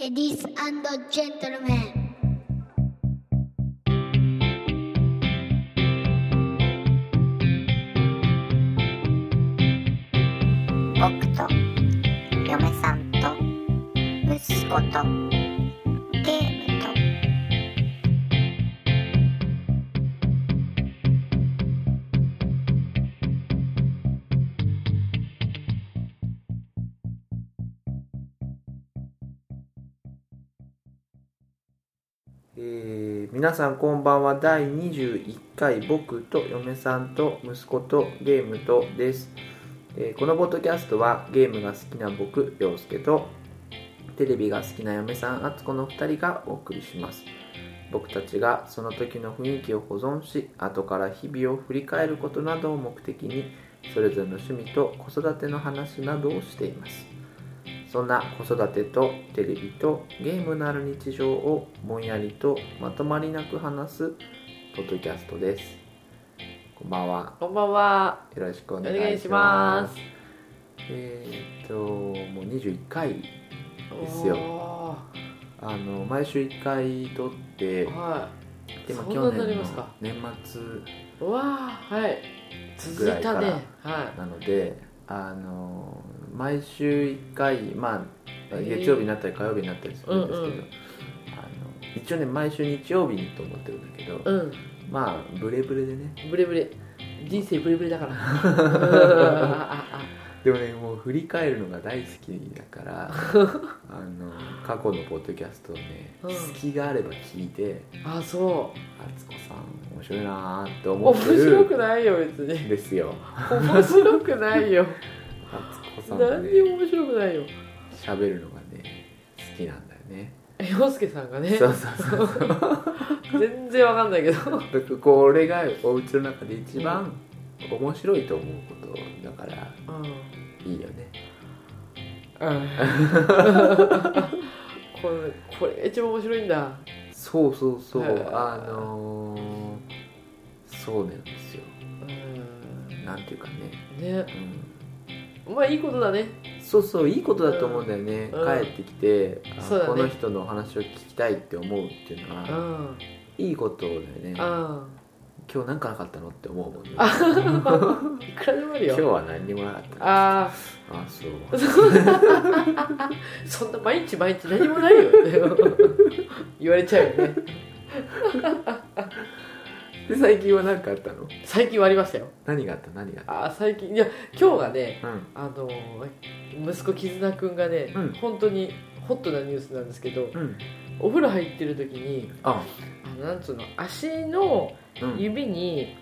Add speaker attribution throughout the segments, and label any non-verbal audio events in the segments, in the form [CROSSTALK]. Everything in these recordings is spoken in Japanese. Speaker 1: Ladies and gentlemen.
Speaker 2: 僕と嫁さんと息子とゲームと
Speaker 3: えー皆さんこんばんは第21回僕と嫁さんと息子とゲームとです、えーこのポッドキャストはゲームが好きな僕陽介とテレビが好きな嫁さん敦子の2人がお送りします僕たちがその時の雰囲気を保存し後から日々を振り返ることなどを目的にそれぞれの趣味と子育ての話などをしていますそんな子育てとテレビとゲームのある日常をぼんやりとまとまりなく話すポッドキャストです。こんばんは。
Speaker 4: こんばんは。
Speaker 3: よろしくお
Speaker 4: お
Speaker 3: 願
Speaker 4: 願
Speaker 3: い
Speaker 4: い
Speaker 3: し
Speaker 4: し
Speaker 3: ま。
Speaker 4: ますす。
Speaker 3: えーっと、もう21回、ですよ
Speaker 4: よ。
Speaker 3: あの、毎週1回撮って、
Speaker 4: は
Speaker 3: でも
Speaker 4: そん
Speaker 3: 去
Speaker 4: なにな
Speaker 3: 年
Speaker 4: り
Speaker 3: の
Speaker 4: ますか
Speaker 3: 年末
Speaker 4: い。うわあ、はい。
Speaker 3: ぐ
Speaker 4: 続
Speaker 3: らい
Speaker 4: い
Speaker 3: か
Speaker 4: た
Speaker 3: ら
Speaker 4: ね。は
Speaker 3: なので、あの、毎週1回、まあ、
Speaker 4: えー
Speaker 3: 月曜日になったり火曜日になったりするんですけど、
Speaker 4: うんう
Speaker 3: あ
Speaker 4: ん
Speaker 3: の一応ね、毎週日曜日にと思ってるんだけど、
Speaker 4: い。うん。
Speaker 3: まあブレブレでね
Speaker 4: ブレブレ。人生ブレブレ
Speaker 3: [LAUGHS]
Speaker 4: だから。あ
Speaker 3: でもねもう振り返るのが大好きだから
Speaker 4: [LAUGHS]
Speaker 3: あの過去のポッドキャストをね、
Speaker 4: うん
Speaker 3: 隙があれば聞いて
Speaker 4: あ、そ
Speaker 3: 敦子さん面白いなーって
Speaker 4: う。
Speaker 3: 思
Speaker 4: 面
Speaker 3: って
Speaker 4: 白く
Speaker 3: る
Speaker 4: ないよ別に
Speaker 3: ん。ですよ
Speaker 4: 面白くないよ。
Speaker 3: 敦子さんが
Speaker 4: 何にも
Speaker 3: ね
Speaker 4: 面白くないよ。
Speaker 3: 喋るのがね好きなんだよね
Speaker 4: 洋介さんがね
Speaker 3: そ。うそうそう
Speaker 4: 全然わかんない
Speaker 3: [LAUGHS]
Speaker 4: けど。
Speaker 3: だからこれがお家の中で一番面白いと思うことだから
Speaker 4: うん。
Speaker 3: いいよね
Speaker 4: うん
Speaker 3: [LAUGHS]
Speaker 4: これこれが一番面白いんだ。
Speaker 3: そうそうそう
Speaker 4: へー
Speaker 3: あのーそうなんですよ
Speaker 4: うん。
Speaker 3: なんていうかね、
Speaker 4: ね。
Speaker 3: う
Speaker 4: まあいいことだね。
Speaker 3: ん、そうそういいことだと思うんだよね、
Speaker 4: うん
Speaker 3: 帰ってきて、あ
Speaker 4: そうだね
Speaker 3: この人のお話を聞きたいって思うっていうの
Speaker 4: う
Speaker 3: は、
Speaker 4: ん。
Speaker 3: いいことだよね
Speaker 4: うん。
Speaker 3: 今日なんかなかったのって思うもんね
Speaker 4: あいくらでもある
Speaker 3: 今日
Speaker 4: よ。
Speaker 3: は何にもなかったあ
Speaker 4: あ
Speaker 3: あそう
Speaker 4: あ、そんな毎日毎日何もないよ。 [LAUGHS] 言われちゃうよね。
Speaker 3: で [LAUGHS] 最近は何かあったの
Speaker 4: 最近はありましたよ。
Speaker 3: 何があった何があっ
Speaker 4: ああ、最近、いや、今日がね、
Speaker 3: たうん
Speaker 4: あの息子絆くんがね、
Speaker 3: うん
Speaker 4: 本当にホットなニュースなんですけど、
Speaker 3: うん
Speaker 4: お風呂入ってる時に、
Speaker 3: あ
Speaker 4: あのなんつうの、足の
Speaker 3: うん
Speaker 4: 指に、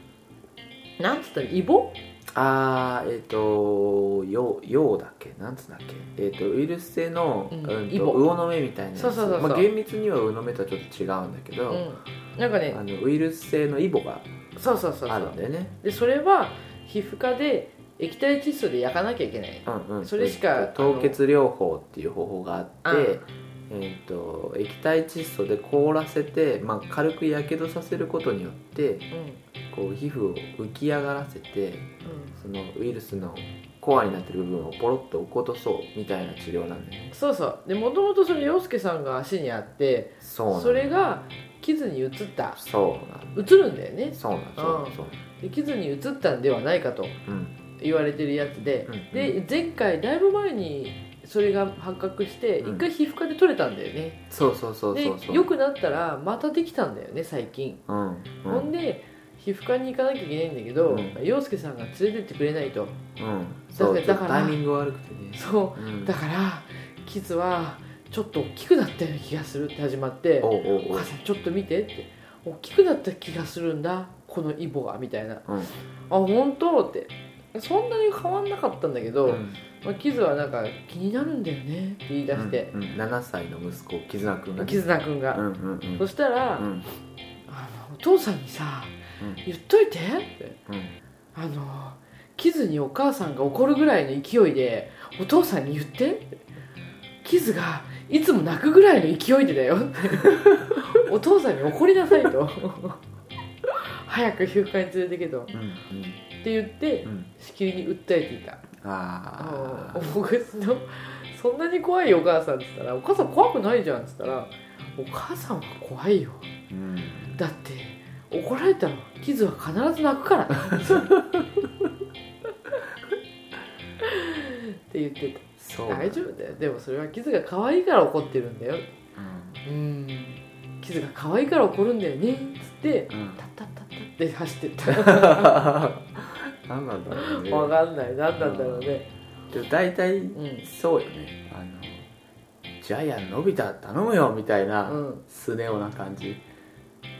Speaker 4: なんつったら、イボ
Speaker 3: あーえっ、とよようだっけなんつうんだっけえっ、とウイルス性の、う
Speaker 4: うんん
Speaker 3: と
Speaker 4: イボ
Speaker 3: 魚の目みたいなやつ
Speaker 4: そうそうそうそう
Speaker 3: まあ、厳密には魚の目とはちょっと違うんだけど、
Speaker 4: うん。なんかね
Speaker 3: あ、のウイルス性のイボが
Speaker 4: そうそうそうそ
Speaker 3: ある。
Speaker 4: うん
Speaker 3: だよね
Speaker 4: でそれは皮膚科で液体窒素で焼かなきゃいけない
Speaker 3: うんうん
Speaker 4: それしか
Speaker 3: えっと凍結療法っていう方法があって
Speaker 4: あの
Speaker 3: えっと液体窒素で凍らせて、まあ、軽くやけどさせることによって
Speaker 4: うん
Speaker 3: こう皮膚を浮き上がらせて
Speaker 4: う
Speaker 3: そのウイルスのコアになってる部分をポロッと落っことそうみたいな治療なんだよね
Speaker 4: んそうそうでもともとその洋介さんが足にあって
Speaker 3: そうなん
Speaker 4: それが傷に移った
Speaker 3: そうなん
Speaker 4: 移るんだよね
Speaker 3: そうなんそうなんそう
Speaker 4: で傷に移ったんではないかと
Speaker 3: なん
Speaker 4: 言われてるやつで、
Speaker 3: うん
Speaker 4: で前回だいぶ前にそれが発覚して
Speaker 3: うん
Speaker 4: 一回皮膚科で取れたんだよね、
Speaker 3: そうそうそうそうそ
Speaker 4: で
Speaker 3: う
Speaker 4: 良くなったらまたできたんだよね最近、
Speaker 3: うんう
Speaker 4: ほん
Speaker 3: ん
Speaker 4: で皮膚科に行かなきゃいけないんだけど、
Speaker 3: うん
Speaker 4: 洋介さんが連れてってくれないと
Speaker 3: うんそうちょ
Speaker 4: だ
Speaker 3: っと
Speaker 4: から
Speaker 3: タイミング悪くてね
Speaker 4: そう
Speaker 3: うん
Speaker 4: だからキズはちょっと大きくなったような気がするって始まって
Speaker 3: おう
Speaker 4: 「
Speaker 3: おう
Speaker 4: お
Speaker 3: おう
Speaker 4: 母さんちょっと見て」って「大きくなった気がするんだこのイボが」みたいな
Speaker 3: うん
Speaker 4: 「あ本当?」ってそんなに変わんなかったんだけど、
Speaker 3: うん
Speaker 4: まあ、キズはなんか「気になるんだよね」って言い出して、
Speaker 3: うんうん7歳の息子絆くんがね
Speaker 4: キズナ君が、
Speaker 3: うんうんうん
Speaker 4: そしたら、
Speaker 3: うん
Speaker 4: あの「お父さんにさ
Speaker 3: うん
Speaker 4: 言っといて」って
Speaker 3: うん
Speaker 4: あのキズにお母さんが怒るぐらいの勢いでお父さんに言ってキズがいつも泣くぐらいの勢いでだよって [LAUGHS] お父さんに怒りなさいと [LAUGHS] 早く皮膚科に連れてけと
Speaker 3: うん
Speaker 4: って言って
Speaker 3: うんうん
Speaker 4: しきりに訴えていた
Speaker 3: あ
Speaker 4: あ
Speaker 3: あ
Speaker 4: の僕のそんなに怖いよお母さん」っつったら「お母さん怖くないじゃん」っつったら「お母さんは怖いよ
Speaker 3: うん
Speaker 4: だって怒られたらキズは必ず泣くからね」って言って
Speaker 3: そ
Speaker 4: た
Speaker 3: う
Speaker 4: 大丈夫だよでもそれはキズが可愛いから怒ってるんだよ
Speaker 3: うん
Speaker 4: うんキズが可愛いから怒るんだよねっつって
Speaker 3: うん
Speaker 4: タッタッタッタッって走ってった
Speaker 3: 何なんだろうね
Speaker 4: わかんない何なんだろうね
Speaker 3: でも大体
Speaker 4: うん
Speaker 3: そうよねあのジャイアンのび太頼むよみたいな、
Speaker 4: うん
Speaker 3: スネ夫な感じ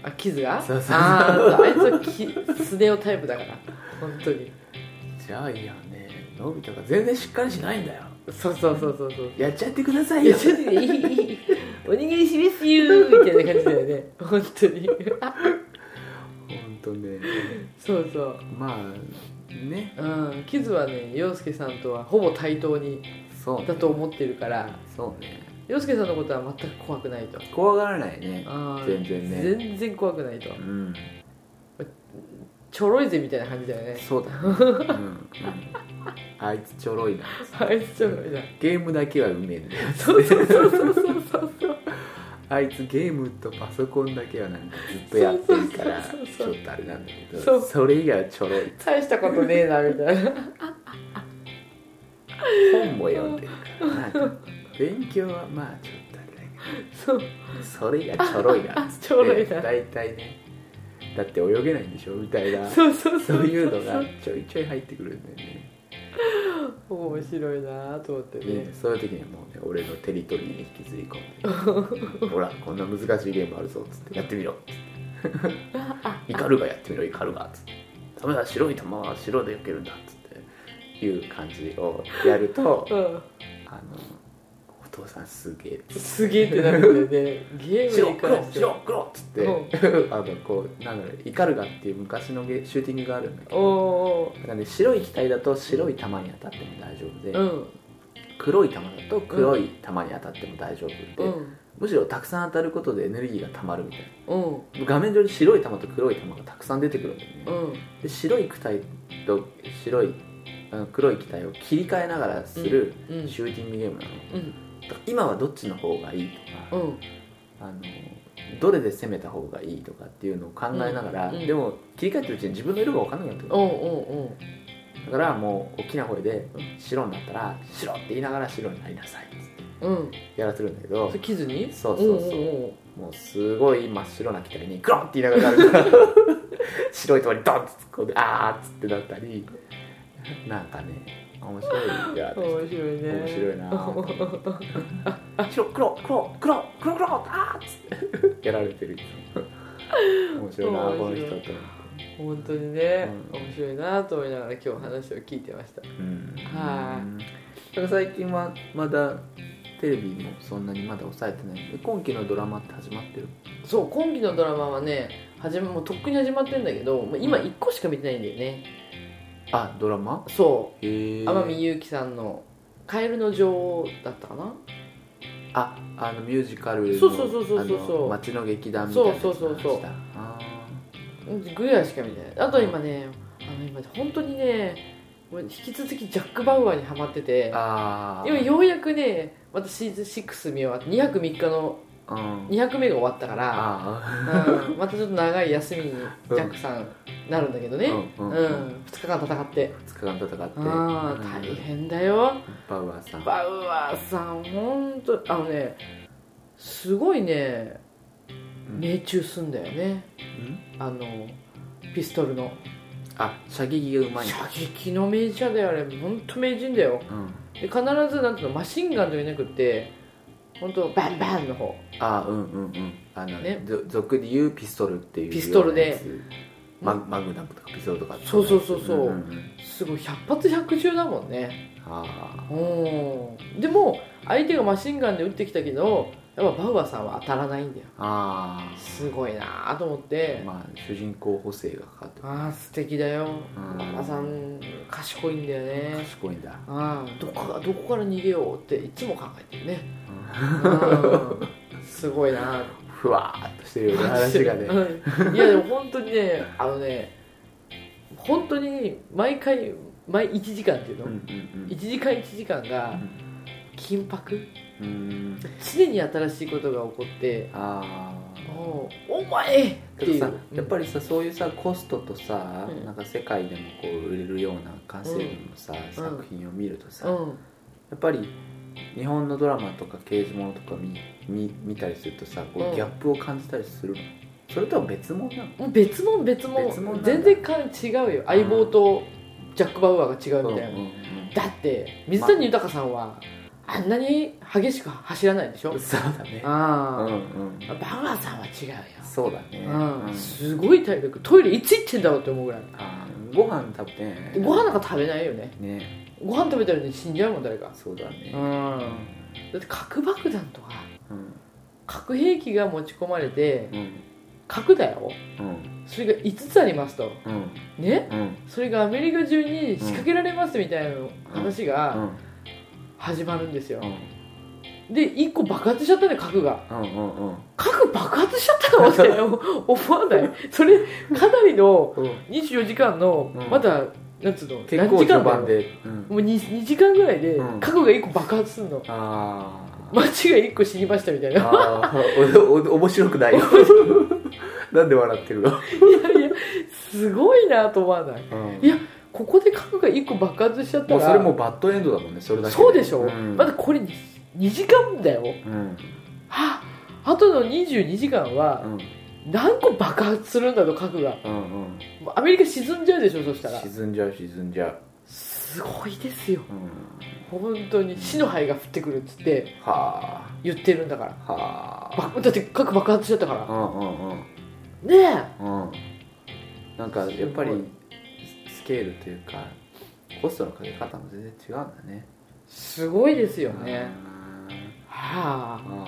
Speaker 4: あキズが
Speaker 3: そうそうそう
Speaker 4: あーあいつはきスネオタイプだから本当に
Speaker 3: ジャイアンねのび太が全然しっかりしないんだよ
Speaker 4: そうそうそうそうそう
Speaker 3: やっちゃってください
Speaker 4: い
Speaker 3: よ
Speaker 4: やちょっといいいいお願いしますよみたいな感じだよね本当に
Speaker 3: 本当ね
Speaker 4: そうそう
Speaker 3: まあね
Speaker 4: うんキズはね陽介さんとはほぼ対等に
Speaker 3: そうね
Speaker 4: だと思ってるから
Speaker 3: そうね
Speaker 4: 陽介さんのことは全く怖くないと
Speaker 3: 怖がらないね
Speaker 4: あー
Speaker 3: 全然ね
Speaker 4: 全然怖くないと
Speaker 3: うん
Speaker 4: ちょろいぜみたいな感じだよね
Speaker 3: そうだ
Speaker 4: [LAUGHS]
Speaker 3: ね、うんうん、あいつちょろいな
Speaker 4: あいつちょろいな
Speaker 3: ゲームだけはうめえんだよ
Speaker 4: そうそうそうそうそうそうそう
Speaker 3: [LAUGHS] あいつゲームとパソコンだけはなんかずっとやってるから
Speaker 4: そうそう
Speaker 3: ち
Speaker 4: そう
Speaker 3: ょ
Speaker 4: そう
Speaker 3: っとあれなんだけど
Speaker 4: そう
Speaker 3: それ以外はちょろい
Speaker 4: 大したことねえなみたいな
Speaker 3: 本も読んでるから
Speaker 4: [LAUGHS]
Speaker 3: な勉強はまあちょっとあれだ
Speaker 4: そう
Speaker 3: けどそれ以外ちょろいな
Speaker 4: あちょろいな
Speaker 3: 大体ねだって泳げないんでしょみたいな
Speaker 4: そうそうそ
Speaker 3: そうういうのがちょいちょい入ってくるんだよね
Speaker 4: 面白いなと思って
Speaker 3: いいね
Speaker 4: ね
Speaker 3: そういう時にはもうね俺のテリトリーに引きずり込ん
Speaker 4: [LAUGHS]
Speaker 3: でほらこんな難しいゲームあるぞっつってやってみろっつってイカルガやってみろイカルガっつってダメだ白い球は白で避けるんだっつっていう感じをやると
Speaker 4: うん
Speaker 3: あのお父さんすげえっつっ
Speaker 4: すげえってなるんだよね
Speaker 3: て
Speaker 4: ゲーム
Speaker 3: 白
Speaker 4: に関
Speaker 3: 黒
Speaker 4: して
Speaker 3: 白
Speaker 4: は
Speaker 3: 黒っつって、あのこうなんだろうイカルガっていう昔のゲシューティングがあるんだけ
Speaker 4: お
Speaker 3: ど
Speaker 4: お
Speaker 3: なんかね、白い機体だと白い球に当たっても大丈夫で、
Speaker 4: ーうん
Speaker 3: 黒い球だと黒い球に当たっても大丈夫で、
Speaker 4: うん
Speaker 3: むしろたくさん当たることでエネルギーが溜まるみたい
Speaker 4: うん
Speaker 3: な画面上に白い球と黒い球がたくさん出てくるんだよね、
Speaker 4: うん
Speaker 3: で白い機体と白いあの黒い機体を切り替えながらする
Speaker 4: うん
Speaker 3: シューティングゲームなの、
Speaker 4: うん
Speaker 3: だから今はどっちの方がいいと
Speaker 4: う
Speaker 3: か、
Speaker 4: ん
Speaker 3: あのどれで攻めた方がいいとかっていうのを考えながら、
Speaker 4: うんうん
Speaker 3: でも切り替えてるうちに自分の色が分かんなくなってくる
Speaker 4: おお
Speaker 3: だからもう大きな声で
Speaker 4: う
Speaker 3: 「白になったら白」って言いながら白になりなさいっつって
Speaker 4: おうん
Speaker 3: やらせるんだけど
Speaker 4: それ傷に
Speaker 3: そうそうそう
Speaker 4: おお
Speaker 3: もうすごい真っ白な機体にクロンって言いながらやるから [LAUGHS] 白いとこにドンって突っ込んであーっつってなったりなんかね面白いや
Speaker 4: おお面白いね
Speaker 3: 面白いなと思って白黒黒黒黒黒あーっつってやられてるいつも面白いな
Speaker 4: 面白い
Speaker 3: この人と思って、
Speaker 4: 本当にね
Speaker 3: うん
Speaker 4: 面白いなと思いながら今日話を聞いてました
Speaker 3: うん、
Speaker 4: はい
Speaker 3: だから最近はまだテレビもそんなにまだ抑えてないで今期のドラマって始まってる
Speaker 4: そう今期のドラマはね始めもうとっくに始まってんだけどもう今1個しか見てないんだよね
Speaker 3: あドラマ
Speaker 4: そう
Speaker 3: へー
Speaker 4: 天海祐希さんの「カエルの女王」だったかな
Speaker 3: ああのミュージカルの
Speaker 4: そうそうそうそうそうそう
Speaker 3: あの街の劇団みたいなやつの話だ
Speaker 4: そうそうそうそう
Speaker 3: あ
Speaker 4: ぐらいしか見てないあと今ねあの今本当にねもう引き続きジャック・バウアーにハマって
Speaker 3: ー
Speaker 4: て
Speaker 3: あー
Speaker 4: 今ようやくねまたシーズン6見終わって2泊3日の
Speaker 3: うん
Speaker 4: 2泊目が終わったから、
Speaker 3: あ
Speaker 4: うん、またちょっと長い休みにジャックさんなるんだけど
Speaker 3: ー
Speaker 4: ね、
Speaker 3: う
Speaker 4: うんん
Speaker 3: うんうん
Speaker 4: 2日間戦って
Speaker 3: 2日間戦って
Speaker 4: あ
Speaker 3: うん
Speaker 4: ー大変だよ
Speaker 3: バウアーさん
Speaker 4: バウアーさん本当あのねすごいね
Speaker 3: うん
Speaker 4: 命中すんだよね
Speaker 3: うん
Speaker 4: あのピストルの
Speaker 3: あ射撃がうまいんだ
Speaker 4: 射撃の名車であれ本当名人だよ
Speaker 3: うん
Speaker 4: で必ずなんていうのマシンガンじゃなくて本当バンバンの方
Speaker 3: あーうんうんうんあの
Speaker 4: ね
Speaker 3: ね俗で言うピストルっていう
Speaker 4: ピストルで
Speaker 3: ようなやつママグナムとかピストルとか
Speaker 4: そうそうそうそうん
Speaker 3: ん
Speaker 4: すごい100発100中だもんね
Speaker 3: あ
Speaker 4: うんでも相手がマシンガンで撃ってきたけどやっぱバウアーさんは当たらないんだよ
Speaker 3: ーあ
Speaker 4: すごいなと思って、
Speaker 3: ーまあ主人公補正がかかってる
Speaker 4: ああ素敵だよ
Speaker 3: うん
Speaker 4: 馬場さん賢いんだよね
Speaker 3: 賢いんだ
Speaker 4: ああどこからどこから逃げようっていつも考えてるね
Speaker 3: うん
Speaker 4: うんすごいな
Speaker 3: ふわーっとしてるよね話がね
Speaker 4: [LAUGHS] うんいやでも本当にねあのね本当に毎回毎1時間っていうの、
Speaker 3: うんうんうん
Speaker 4: 1時間1時間が緊迫
Speaker 3: うん
Speaker 4: 常に新しいことが起こって
Speaker 3: あ
Speaker 4: 「
Speaker 3: あ
Speaker 4: おうお前!」っ
Speaker 3: け
Speaker 4: て
Speaker 3: ど
Speaker 4: いう
Speaker 3: さやっぱりさそういうさコストとさ、
Speaker 4: うん
Speaker 3: なんか世界でもこう売れるような完成度のさ、作品を見るとさ、や
Speaker 4: うん
Speaker 3: っぱり日本のドラマとか刑事ものとか見見見たりするとさこ
Speaker 4: うん
Speaker 3: うギャップを感じたりするの、それとは別物なの
Speaker 4: もう別もん別もん
Speaker 3: 別もんなんだ
Speaker 4: 全然か違うよ相棒とジャック・バウアーが違うみたいな、
Speaker 3: うん
Speaker 4: だって水谷豊さんはあんなに激しく走らないでしょ、
Speaker 3: うんそうだねうん
Speaker 4: あ
Speaker 3: うん
Speaker 4: あバウアーさんは違うよ、
Speaker 3: そうだね、
Speaker 4: うん
Speaker 3: うん
Speaker 4: すごい体力トイレいつ行ってんだろうって思うぐらい
Speaker 3: あーご飯食べてね
Speaker 4: ご飯なんか食べないよね
Speaker 3: ね
Speaker 4: ご飯食べたらね死んじゃうもん誰か
Speaker 3: そうだ
Speaker 4: うん
Speaker 3: ね、
Speaker 4: だって核爆弾とか
Speaker 3: うん
Speaker 4: 核兵器が持ち込まれて
Speaker 3: うん
Speaker 4: 核だよ
Speaker 3: うん
Speaker 4: それが5つありますと
Speaker 3: うん
Speaker 4: ね
Speaker 3: うん
Speaker 4: それがアメリカ中に仕掛けられますみたいな話
Speaker 3: う
Speaker 4: が
Speaker 3: ん
Speaker 4: 始まるんですよ
Speaker 3: うん
Speaker 4: で1個爆発しちゃったね核が
Speaker 3: うんうんうん
Speaker 4: 核爆発しちゃったのって思わないそれかなりの
Speaker 3: うん
Speaker 4: 24時間の
Speaker 3: うん
Speaker 4: まだなんつうの
Speaker 3: 結構序
Speaker 4: だよ
Speaker 3: 盤で、うん、
Speaker 4: もう 2, 2時間ぐらいで
Speaker 3: うん
Speaker 4: 核が1個爆発するの
Speaker 3: あー
Speaker 4: 街が1個死にましたみたいな
Speaker 3: あーおお面白くないよなんで笑ってるの、
Speaker 4: いやいやすごいなと思わない
Speaker 3: うん
Speaker 4: いやここで核が1個爆発しちゃった
Speaker 3: もう
Speaker 4: ら
Speaker 3: それもうバッドエンドだもんねそれだけ
Speaker 4: そうでしょ、
Speaker 3: うん
Speaker 4: まだこれ2時間だよ
Speaker 3: うん
Speaker 4: はああとの22時間
Speaker 3: う
Speaker 4: は
Speaker 3: ん
Speaker 4: 何個爆発するんだと核が
Speaker 3: うんうん
Speaker 4: もうアメリカ沈んじゃうでしょそしたら
Speaker 3: 沈んじゃう沈んじゃう、
Speaker 4: すごいですよ
Speaker 3: うん、
Speaker 4: 本当に死の灰が降ってくるっつって
Speaker 3: は
Speaker 4: 言ってるんだから
Speaker 3: あは
Speaker 4: ばだって核爆発しちゃった
Speaker 3: あう
Speaker 4: から
Speaker 3: んうんうん
Speaker 4: ね
Speaker 3: うん、なんかやっぱりスケールというかコストのかけ方も全然違うんだね
Speaker 4: えすごいですよね
Speaker 3: あ
Speaker 4: は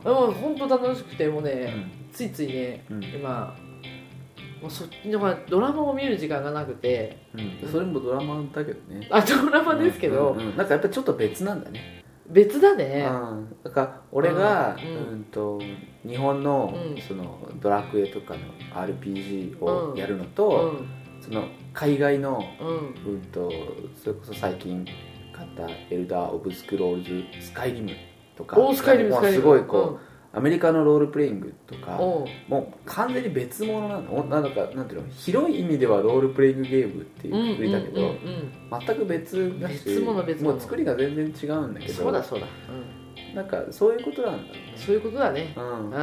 Speaker 3: あ
Speaker 4: あでも本当楽しくてもう
Speaker 3: う
Speaker 4: ね、
Speaker 3: ん
Speaker 4: ついついね
Speaker 3: うん
Speaker 4: 今もうそっちの方がドラマを見る時間がなくて
Speaker 3: うんそれもドラマだけどね
Speaker 4: あドラマですけど、
Speaker 3: うんうんうんなんかやっぱちょっと別なんだね、
Speaker 4: 別だ
Speaker 3: うん、
Speaker 4: ね
Speaker 3: なんか俺が、
Speaker 4: う
Speaker 3: うんん、と日本の,、
Speaker 4: うん
Speaker 3: そのドラクエとかの RPG
Speaker 4: う
Speaker 3: を
Speaker 4: ん
Speaker 3: やるの
Speaker 4: う
Speaker 3: と、
Speaker 4: ん
Speaker 3: その海外の
Speaker 4: うん
Speaker 3: うんとそれこそ最近買った「エルダー・オブ・スクロールズ・スカイリム」とか
Speaker 4: おースカイリム
Speaker 3: も
Speaker 4: ス
Speaker 3: う
Speaker 4: カイリム
Speaker 3: すごいこう、アメリカのロールプレイングとか
Speaker 4: うん、うん
Speaker 3: もう完全に別物なのおなんかなんていうの広い意味ではロールプレイングゲームっていうくくりだけど、
Speaker 4: うんうんうん
Speaker 3: 全く別だし
Speaker 4: 別物別物
Speaker 3: もう作りが全然違うんだ
Speaker 4: う
Speaker 3: け
Speaker 4: ん
Speaker 3: ど
Speaker 4: そうだそうだ、
Speaker 3: なんかそういうことなんだろうね
Speaker 4: うん、そういうことだね
Speaker 3: うんうんうんうんうん
Speaker 4: い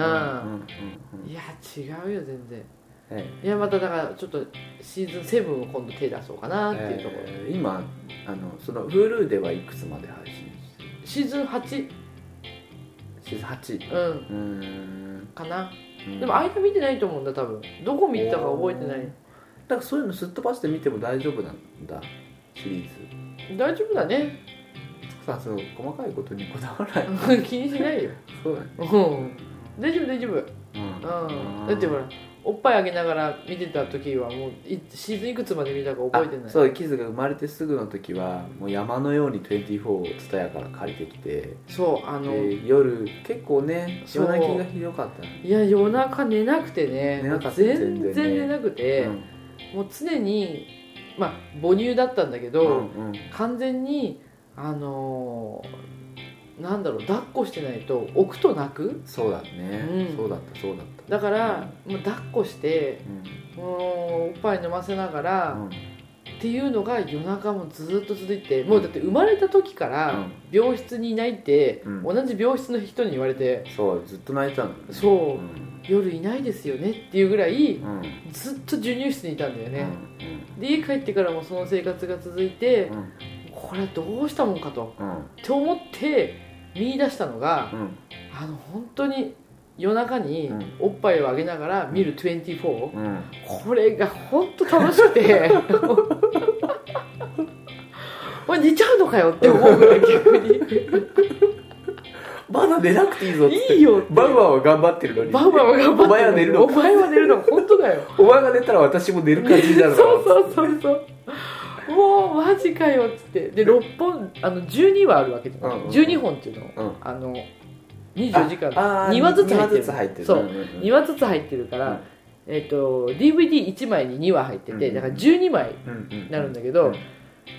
Speaker 4: や違うよ全然
Speaker 3: え
Speaker 4: いやまただからちょっとシーズン7を今度手出そうかなっていうところ、
Speaker 3: えー今あのその Hulu ではいくつまで配信してる
Speaker 4: シーズン8
Speaker 3: シーズン8
Speaker 4: うん
Speaker 3: うーん
Speaker 4: かな、
Speaker 3: うん
Speaker 4: でも間見てないと思うんだ多分どこ見たか覚えてない
Speaker 3: だからそういうのすっ飛ばして見ても大丈夫なんだシリーズ
Speaker 4: 大丈夫だね [LAUGHS]
Speaker 3: さあその細かいことにこだわらない
Speaker 4: 気にしないよ
Speaker 3: そうだね
Speaker 4: うん大丈夫大丈夫
Speaker 3: うん
Speaker 4: うんだってほらおっぱいあげながら見てた時はもういシーズンいくつまで見たか覚えてない
Speaker 3: あそうキズが生まれてすぐの時はもう山のように24を蔦屋から借りてきて
Speaker 4: そうあの、
Speaker 3: で夜結構ね
Speaker 4: そう
Speaker 3: 夜泣きがひどかったの
Speaker 4: いや夜中寝なくてね
Speaker 3: 寝なかった
Speaker 4: 全
Speaker 3: 全
Speaker 4: 然
Speaker 3: 然ね
Speaker 4: 寝なくて、
Speaker 3: うん
Speaker 4: もう常にまあ母乳だったんだけ
Speaker 3: う
Speaker 4: ど、
Speaker 3: んうん
Speaker 4: 完全にあのーなんだろう抱っこしてないと置くと泣く
Speaker 3: そうだね、
Speaker 4: うん
Speaker 3: そうだったそうだった
Speaker 4: だから、もう抱っこして
Speaker 3: うん
Speaker 4: もうおっぱい飲ませなが
Speaker 3: う
Speaker 4: ら、
Speaker 3: ん
Speaker 4: っていうのが夜中もずっと続いてもうだって生まれた時から病室にいないって、
Speaker 3: うん
Speaker 4: 同じ病室の人に言われて
Speaker 3: そうずっと泣いてたの
Speaker 4: そううん夜いないですよねっていうぐらい
Speaker 3: うん
Speaker 4: ずっと授乳室にいたんだよ
Speaker 3: うん
Speaker 4: ね、で家帰ってからもその生活が続いて
Speaker 3: うん
Speaker 4: これはどうしたもんかと
Speaker 3: うん
Speaker 4: って思って見出したのが
Speaker 3: う、ん
Speaker 4: あの本当に夜中に
Speaker 3: うん
Speaker 4: おっぱいをあげながら見る24、
Speaker 3: うん
Speaker 4: これが本当楽しくて [LAUGHS] おい寝ちゃうのかよって思うぐらい逆に
Speaker 3: まだ寝なくていいぞっつって
Speaker 4: いいよって
Speaker 3: バウアーは頑張ってるのに
Speaker 4: バウバウが
Speaker 3: お前は寝るの
Speaker 4: お前は寝るの本当だよ
Speaker 3: お前が寝たら私も寝る感じにな
Speaker 4: そう
Speaker 3: るだろ
Speaker 4: そうそうそうもうマジかよっつってで6本あの12話あるわけじゃない、
Speaker 3: うんうん
Speaker 4: 12本っていうの
Speaker 3: うん
Speaker 4: あの24時間
Speaker 3: あー
Speaker 4: 2話ずつ入ってる
Speaker 3: 二話ずつ入ってる
Speaker 4: そう、
Speaker 3: んんん
Speaker 4: 2話ずつ入ってるから、
Speaker 3: うん
Speaker 4: えっと DVD1 枚に2話入ってて、
Speaker 3: うん
Speaker 4: だから12枚
Speaker 3: うんうん
Speaker 4: になるんだけど、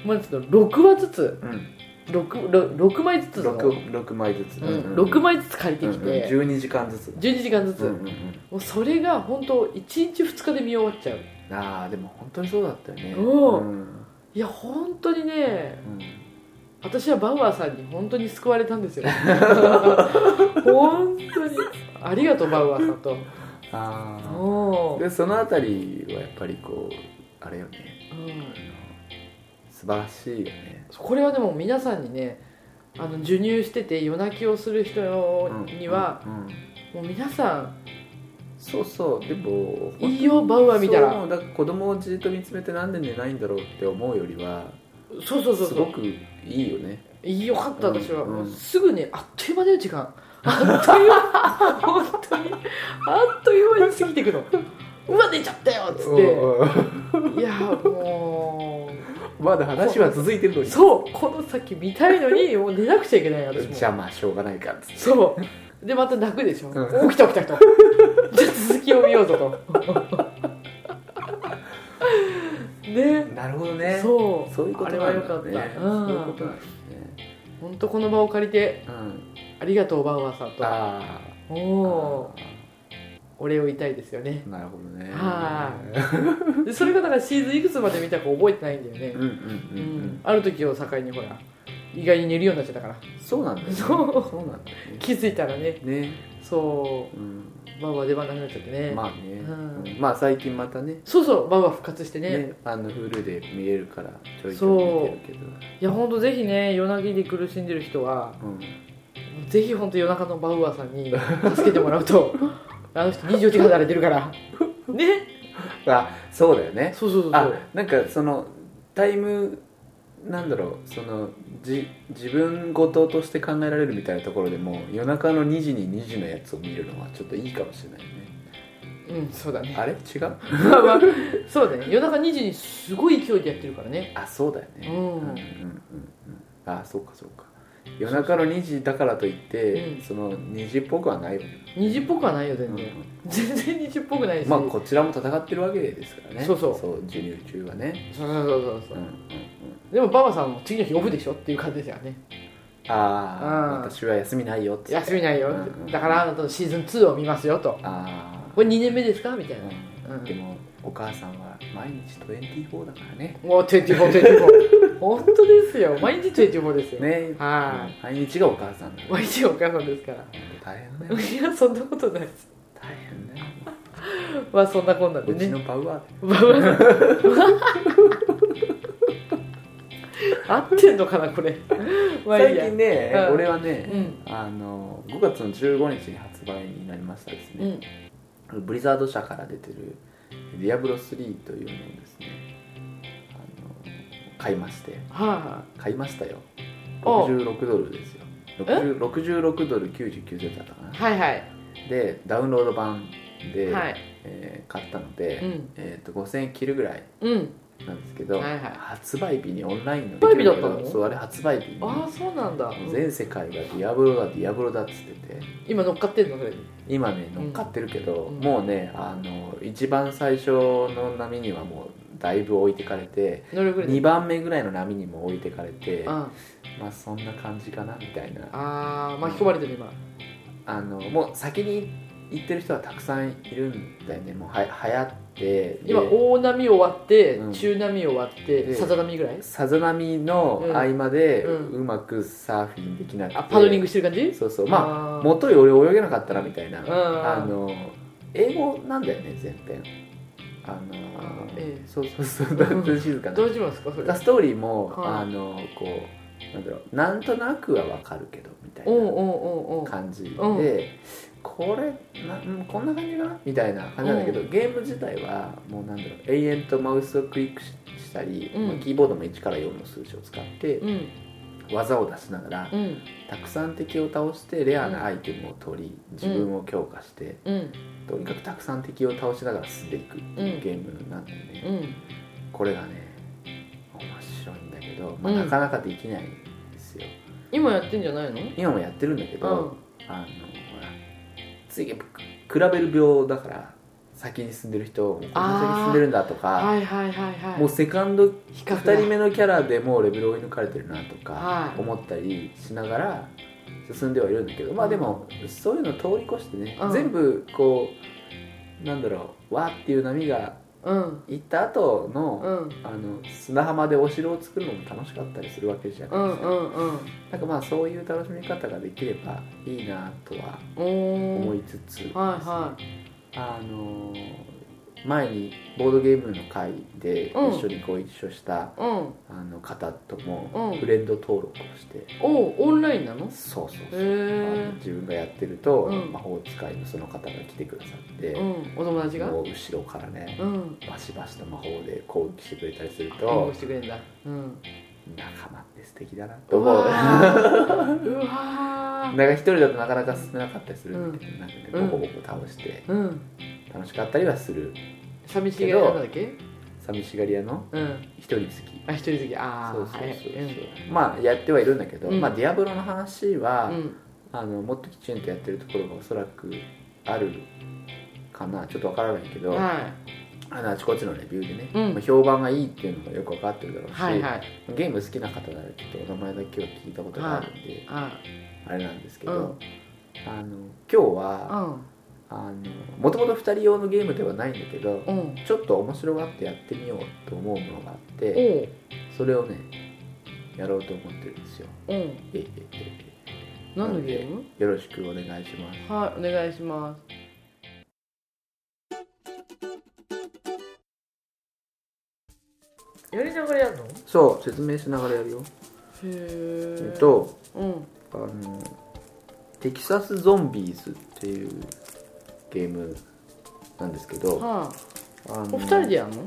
Speaker 4: まあ、その6話ずつ
Speaker 3: うん
Speaker 4: 6, 6枚ずつだろ、
Speaker 3: 6, 6枚ずつ、
Speaker 4: うん6枚ずつ借りてきて、
Speaker 3: うんうん、12時間ずつ、
Speaker 4: 12時間ずつ、
Speaker 3: うんう
Speaker 4: も
Speaker 3: んうん
Speaker 4: うそれが本当1日2日で見終わっちゃう
Speaker 3: ああでも本当にそうだったよね
Speaker 4: おー
Speaker 3: うん
Speaker 4: いや本当にね
Speaker 3: うん
Speaker 4: 私はバウアーさんに本当に救われた
Speaker 3: [LAUGHS]
Speaker 4: んですよ本当にありがとうバウアーさんと
Speaker 3: ああ
Speaker 4: もう、
Speaker 3: でそのあたりはやっぱりこうあれよね
Speaker 4: うん、
Speaker 3: 素晴らしいよね
Speaker 4: これはでも皆さんにねあの授乳してて夜泣きをする人には、、
Speaker 3: うんうん
Speaker 4: もう皆さん
Speaker 3: そうそうでも
Speaker 4: 「いいよバウアー」見た
Speaker 3: そ
Speaker 4: ら
Speaker 3: うだから子供をじっと見つめてなんで寝ないんだろうって思うよりは
Speaker 4: そうそうそう
Speaker 3: す
Speaker 4: そ
Speaker 3: ご
Speaker 4: う
Speaker 3: くいいよね
Speaker 4: いいよかった私は、
Speaker 3: うん
Speaker 4: もうすぐねあっという間だよ時間あっという間本当にあっという間に過ぎてくのうわ寝ちゃったよっつって
Speaker 3: うんうん
Speaker 4: いやも
Speaker 3: まだ話は続いてるの
Speaker 4: う
Speaker 3: に
Speaker 4: そうこの先見たいのにもう寝なくちゃいけない私も
Speaker 3: じゃあまあしょうがないかっつって
Speaker 4: そうでまた泣くでしょ、
Speaker 3: う
Speaker 4: 起きた起きた起きたじゃあ続きを見ようぞとね
Speaker 3: なるほどねう
Speaker 4: そう
Speaker 3: そういうこと
Speaker 4: あ
Speaker 3: な
Speaker 4: れ
Speaker 3: んだ
Speaker 4: は良かった、
Speaker 3: ね
Speaker 4: うん
Speaker 3: そういうことなんだね
Speaker 4: 本当この場を借りて
Speaker 3: うん
Speaker 4: ありがとうバウアーさんと
Speaker 3: あ
Speaker 4: お
Speaker 3: あ
Speaker 4: おお礼を言いたいですよね
Speaker 3: なるほどね
Speaker 4: はでそれがだからシーズンいくつまで見たか覚えてないんだよ
Speaker 3: う
Speaker 4: ね
Speaker 3: んうん
Speaker 4: う、
Speaker 3: うんんうん
Speaker 4: ある時を境にほら意外に寝るようになっちゃったから
Speaker 3: そうなんだよね
Speaker 4: そう
Speaker 3: そうなんだよね
Speaker 4: 気づいたらね
Speaker 3: ね
Speaker 4: そ
Speaker 3: うん
Speaker 4: うバウアー出番なくなっちゃってね、
Speaker 3: まあね
Speaker 4: うん
Speaker 3: うんまあ最近またね
Speaker 4: そうそうバウアー復活してね
Speaker 3: ねあの Hulu で見れるからちょいちょい見てるけど
Speaker 4: いや本当ぜひね夜泣きで苦しんでる人は
Speaker 3: うん
Speaker 4: ぜひ本当夜中のバウアーさんに助けてもらうと [LAUGHS] あの人24時間慣れてるからね
Speaker 3: あそうだよね
Speaker 4: そうそうそう
Speaker 3: あ
Speaker 4: そう
Speaker 3: なんかそのタイムなんだろうそのじ自分ごととして考えられるみたいなところでも夜中の2時に2時のやつを見るのはちょっといいかもしれないね
Speaker 4: うんそうだね [LAUGHS]
Speaker 3: あれ違う
Speaker 4: まあまあそうだね夜中2時にすごい勢いでやってるからね
Speaker 3: あそうだよ
Speaker 4: う
Speaker 3: ね
Speaker 4: ん、
Speaker 3: うんうんうんあそうかそうか夜中の2時だからといって
Speaker 4: うん
Speaker 3: その2時っぽくはないよね、
Speaker 4: 2時っぽくはないよ全
Speaker 3: うん
Speaker 4: 然、全然2時っぽくないし、
Speaker 3: まあこちらも戦ってるわけですからね
Speaker 4: そうそう
Speaker 3: そう授乳中はね、
Speaker 4: そうそうそうそう
Speaker 3: う
Speaker 4: そ
Speaker 3: ん
Speaker 4: う
Speaker 3: うんうん、
Speaker 4: でもバウアーさんも次の日オフでしょっていう感じですよね
Speaker 3: ああ
Speaker 4: うん
Speaker 3: 私は休みないよっつって
Speaker 4: 休みないよ、
Speaker 3: うん
Speaker 4: だからあなたのシーズン2を見ますよと
Speaker 3: ああ
Speaker 4: これ2年目ですかみたいな、
Speaker 3: う
Speaker 4: うん
Speaker 3: んでもお母さんは毎日24だからね
Speaker 4: もう24、24。本当ですよ。毎日24ですよ。
Speaker 3: ね
Speaker 4: は
Speaker 3: 毎日がお母さんだ
Speaker 4: い。
Speaker 3: から
Speaker 4: 毎日お母さんですから。
Speaker 3: 大変だよ
Speaker 4: いや、そんなことないです。
Speaker 3: 大変
Speaker 4: [LAUGHS]
Speaker 3: だよ
Speaker 4: まあ、そんなこんなで
Speaker 3: うち
Speaker 4: ね。
Speaker 3: のパウアーだよ
Speaker 4: ババ合ってんのかな、これ。まあい
Speaker 3: 最
Speaker 4: いや。
Speaker 3: 近ね
Speaker 4: うん
Speaker 3: 俺は
Speaker 4: う
Speaker 3: ね
Speaker 4: ん。
Speaker 3: あの5月の15日に発売になりましたです
Speaker 4: う
Speaker 3: ね
Speaker 4: ん。
Speaker 3: ブリザード社から出てる「ディアブロ3」というのをですねあの買いまして
Speaker 4: は
Speaker 3: 買いましたよ
Speaker 4: お
Speaker 3: 66ドルですよ60 66ドル99セントだったかな
Speaker 4: あ。はいはい。
Speaker 3: でダウンロード版で、
Speaker 4: はい。
Speaker 3: えー買ったので、
Speaker 4: うん。
Speaker 3: えー、と5000円切るぐらい
Speaker 4: うん。
Speaker 3: なんですけど、
Speaker 4: はいはい
Speaker 3: 発売日にオンラインの
Speaker 4: 発売日だったの
Speaker 3: そうあれ発売日に
Speaker 4: ああ、そうなんだ。
Speaker 3: 全世界が「ディアブロだディアブロだ」っつってて
Speaker 4: 今乗っかってんの、それに。
Speaker 3: 今ね乗っかってるけど、
Speaker 4: うん
Speaker 3: もうねあの一番最初の波にはもうだいぶ置いてかれて
Speaker 4: 乗るぐらい
Speaker 3: 2
Speaker 4: で。
Speaker 3: 番目ぐらいの波にも置いてかれて
Speaker 4: うん。
Speaker 3: まあそんな感じかなみたいな
Speaker 4: ああ、巻き込まれてる今。
Speaker 3: あのもう先に行ってる人はたくさんいるんだよねもうは流行ってで
Speaker 4: 今、大波終わって
Speaker 3: う、ん
Speaker 4: 中波終わって、
Speaker 3: で
Speaker 4: さざ波ぐらい
Speaker 3: さざ波の合間で
Speaker 4: うん
Speaker 3: うまくサーフィンできなくて、
Speaker 4: あ、パドリングしてる感じ
Speaker 3: そうそうまあ
Speaker 4: あー
Speaker 3: 元より俺泳げなかったなみたいな、
Speaker 4: ん
Speaker 3: あの英語なんだよね前編あの
Speaker 4: あーええ
Speaker 3: そうそうそうだって静か
Speaker 4: ど
Speaker 3: な
Speaker 4: うしますかそれ
Speaker 3: だストーリーも、
Speaker 4: は
Speaker 3: あ
Speaker 4: い
Speaker 3: のこうなんだろうなんとなくはわかるけどみたい
Speaker 4: おうおう
Speaker 3: な
Speaker 4: おうおう
Speaker 3: 感じで、
Speaker 4: うん
Speaker 3: これなうんこんな感じかなみたいな感じなんだけど、ゲーム自体はもうなんだろう永遠とマウスをクリックししたり、
Speaker 4: うん
Speaker 3: まあキーボードも1から4の数値を使って
Speaker 4: うん
Speaker 3: 技を出しながら
Speaker 4: うん
Speaker 3: たくさん敵を倒してレアなアイテムを取り自分を強化して
Speaker 4: うん
Speaker 3: とにかくたくさん敵を倒しながら進んでいくっていうゲームなんだよね、
Speaker 4: うん
Speaker 3: これがね面白いんだけど、まあ、
Speaker 4: うん
Speaker 3: なかなかできないんですよ
Speaker 4: 今やってんじゃないの
Speaker 3: 今もやってるんだけど、
Speaker 4: うん
Speaker 3: あのほら次やっぱ比べる病だから先に進んでる人もこんな先に進んでるんだとか
Speaker 4: はいはいはいはい
Speaker 3: もうセカンド
Speaker 4: 比較
Speaker 3: 2人目のキャラでもうレベル追い抜かれてるなとか
Speaker 4: はい
Speaker 3: 思ったりしながら進んではいるんだけどまあでもそういうの通り越してね
Speaker 4: うん
Speaker 3: 全部こうなんだろうわーっていう波が
Speaker 4: うん
Speaker 3: 行った後
Speaker 4: う
Speaker 3: の
Speaker 4: ん
Speaker 3: あの砂浜でお城を作るのも楽しかったりするわけじゃ
Speaker 4: う
Speaker 3: ないで
Speaker 4: ん
Speaker 3: す
Speaker 4: う
Speaker 3: か
Speaker 4: んうん
Speaker 3: なんかまあそういう楽しみ方ができればいいなとは
Speaker 4: お
Speaker 3: 思
Speaker 4: ー
Speaker 3: いつつ
Speaker 4: はいは
Speaker 3: あの前にボードゲームの会で
Speaker 4: うん
Speaker 3: 一緒にご一緒した、
Speaker 4: うん
Speaker 3: あの方と
Speaker 4: う
Speaker 3: も
Speaker 4: ん
Speaker 3: フレンド登録をして、
Speaker 4: おーオンラインなの
Speaker 3: そうそうそう、
Speaker 4: へ
Speaker 3: あの自分がやってると、
Speaker 4: うん
Speaker 3: 魔法使いのその方が来てくださって、
Speaker 4: えうんお友達が
Speaker 3: もう後ろからね、
Speaker 4: うん
Speaker 3: バシバシと魔法で攻撃してくれたりする
Speaker 4: 援
Speaker 3: と
Speaker 4: 護してくれんだうん
Speaker 3: 仲間って素敵だなと
Speaker 4: う
Speaker 3: 思う
Speaker 4: わ
Speaker 3: [LAUGHS] なん
Speaker 4: ーうわ [LAUGHS] ー
Speaker 3: か一人だとなかなか進めなかったりするんで、なんかね
Speaker 4: うん
Speaker 3: ボコボコ倒して
Speaker 4: うん
Speaker 3: 楽しかったりはする
Speaker 4: 寂しげななんだっけ
Speaker 3: 寂しがり屋の
Speaker 4: うん
Speaker 3: 一人好き
Speaker 4: あ一人好きああ
Speaker 3: そうそうそう
Speaker 4: はい
Speaker 3: そうまあやってはいるんだけど、
Speaker 4: うん
Speaker 3: まあディアブロの話は、
Speaker 4: うんうん
Speaker 3: あのもっときちんとやってるところがおそらくあるかなちょっとわからないけど、
Speaker 4: は
Speaker 3: あのあちこちのレビューでね、
Speaker 4: うん
Speaker 3: まあ評判がいいっていうのがよくわかってるだろう
Speaker 4: い
Speaker 3: し、
Speaker 4: はいはい
Speaker 3: ゲーム好きな方だけどお名前だけは聞いたことがあるんで、
Speaker 4: あ
Speaker 3: あれなんですけど、
Speaker 4: うん
Speaker 3: あの今日は
Speaker 4: うん
Speaker 3: あのもともと2人用のゲームではないんだけど、
Speaker 4: うん
Speaker 3: ちょっと面白がってやってみようと思うものがあっ
Speaker 4: お
Speaker 3: て
Speaker 4: う
Speaker 3: それをねやろうと思ってるんですよ。
Speaker 4: うん
Speaker 3: えええええ
Speaker 4: 何のゲーム
Speaker 3: えよろしくお願いします。
Speaker 4: はいお願いしますやりながらやるのへ
Speaker 3: そう説明しながらやるよ、
Speaker 4: え
Speaker 3: えっと
Speaker 4: うん
Speaker 3: あのテキサスゾンビーズっていうゲームなんですけど
Speaker 4: はあ
Speaker 3: あの
Speaker 4: お二人でやるの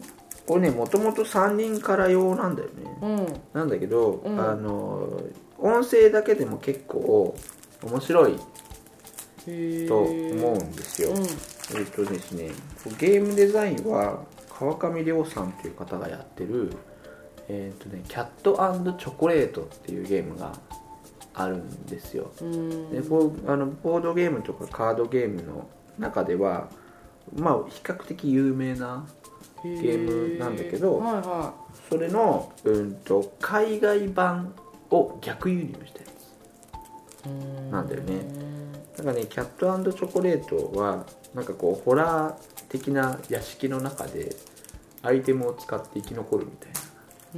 Speaker 3: これねもともと3人から用なんだよね
Speaker 4: うん
Speaker 3: なんだけど、
Speaker 4: うん
Speaker 3: あの音声だけでも結構面白い
Speaker 4: へえ
Speaker 3: と思うんですよ、
Speaker 4: うん
Speaker 3: えっとですねゲームデザインは川上亮さんという方がやってる「えっとね、キャットチョコレート」っていうゲームがあるんですよ
Speaker 4: うん
Speaker 3: でボーあのボードゲームとかカードゲームの中ではまあ比較的有名な
Speaker 4: ゲ
Speaker 3: ームなんだけど
Speaker 4: はいは
Speaker 3: それの、うん、と海外版を逆輸入したや
Speaker 4: いうん
Speaker 3: なんだよねつなんかねキャットチョコレートはなんかこうホラー的な屋敷の中でアイテムを使って生き残るみたい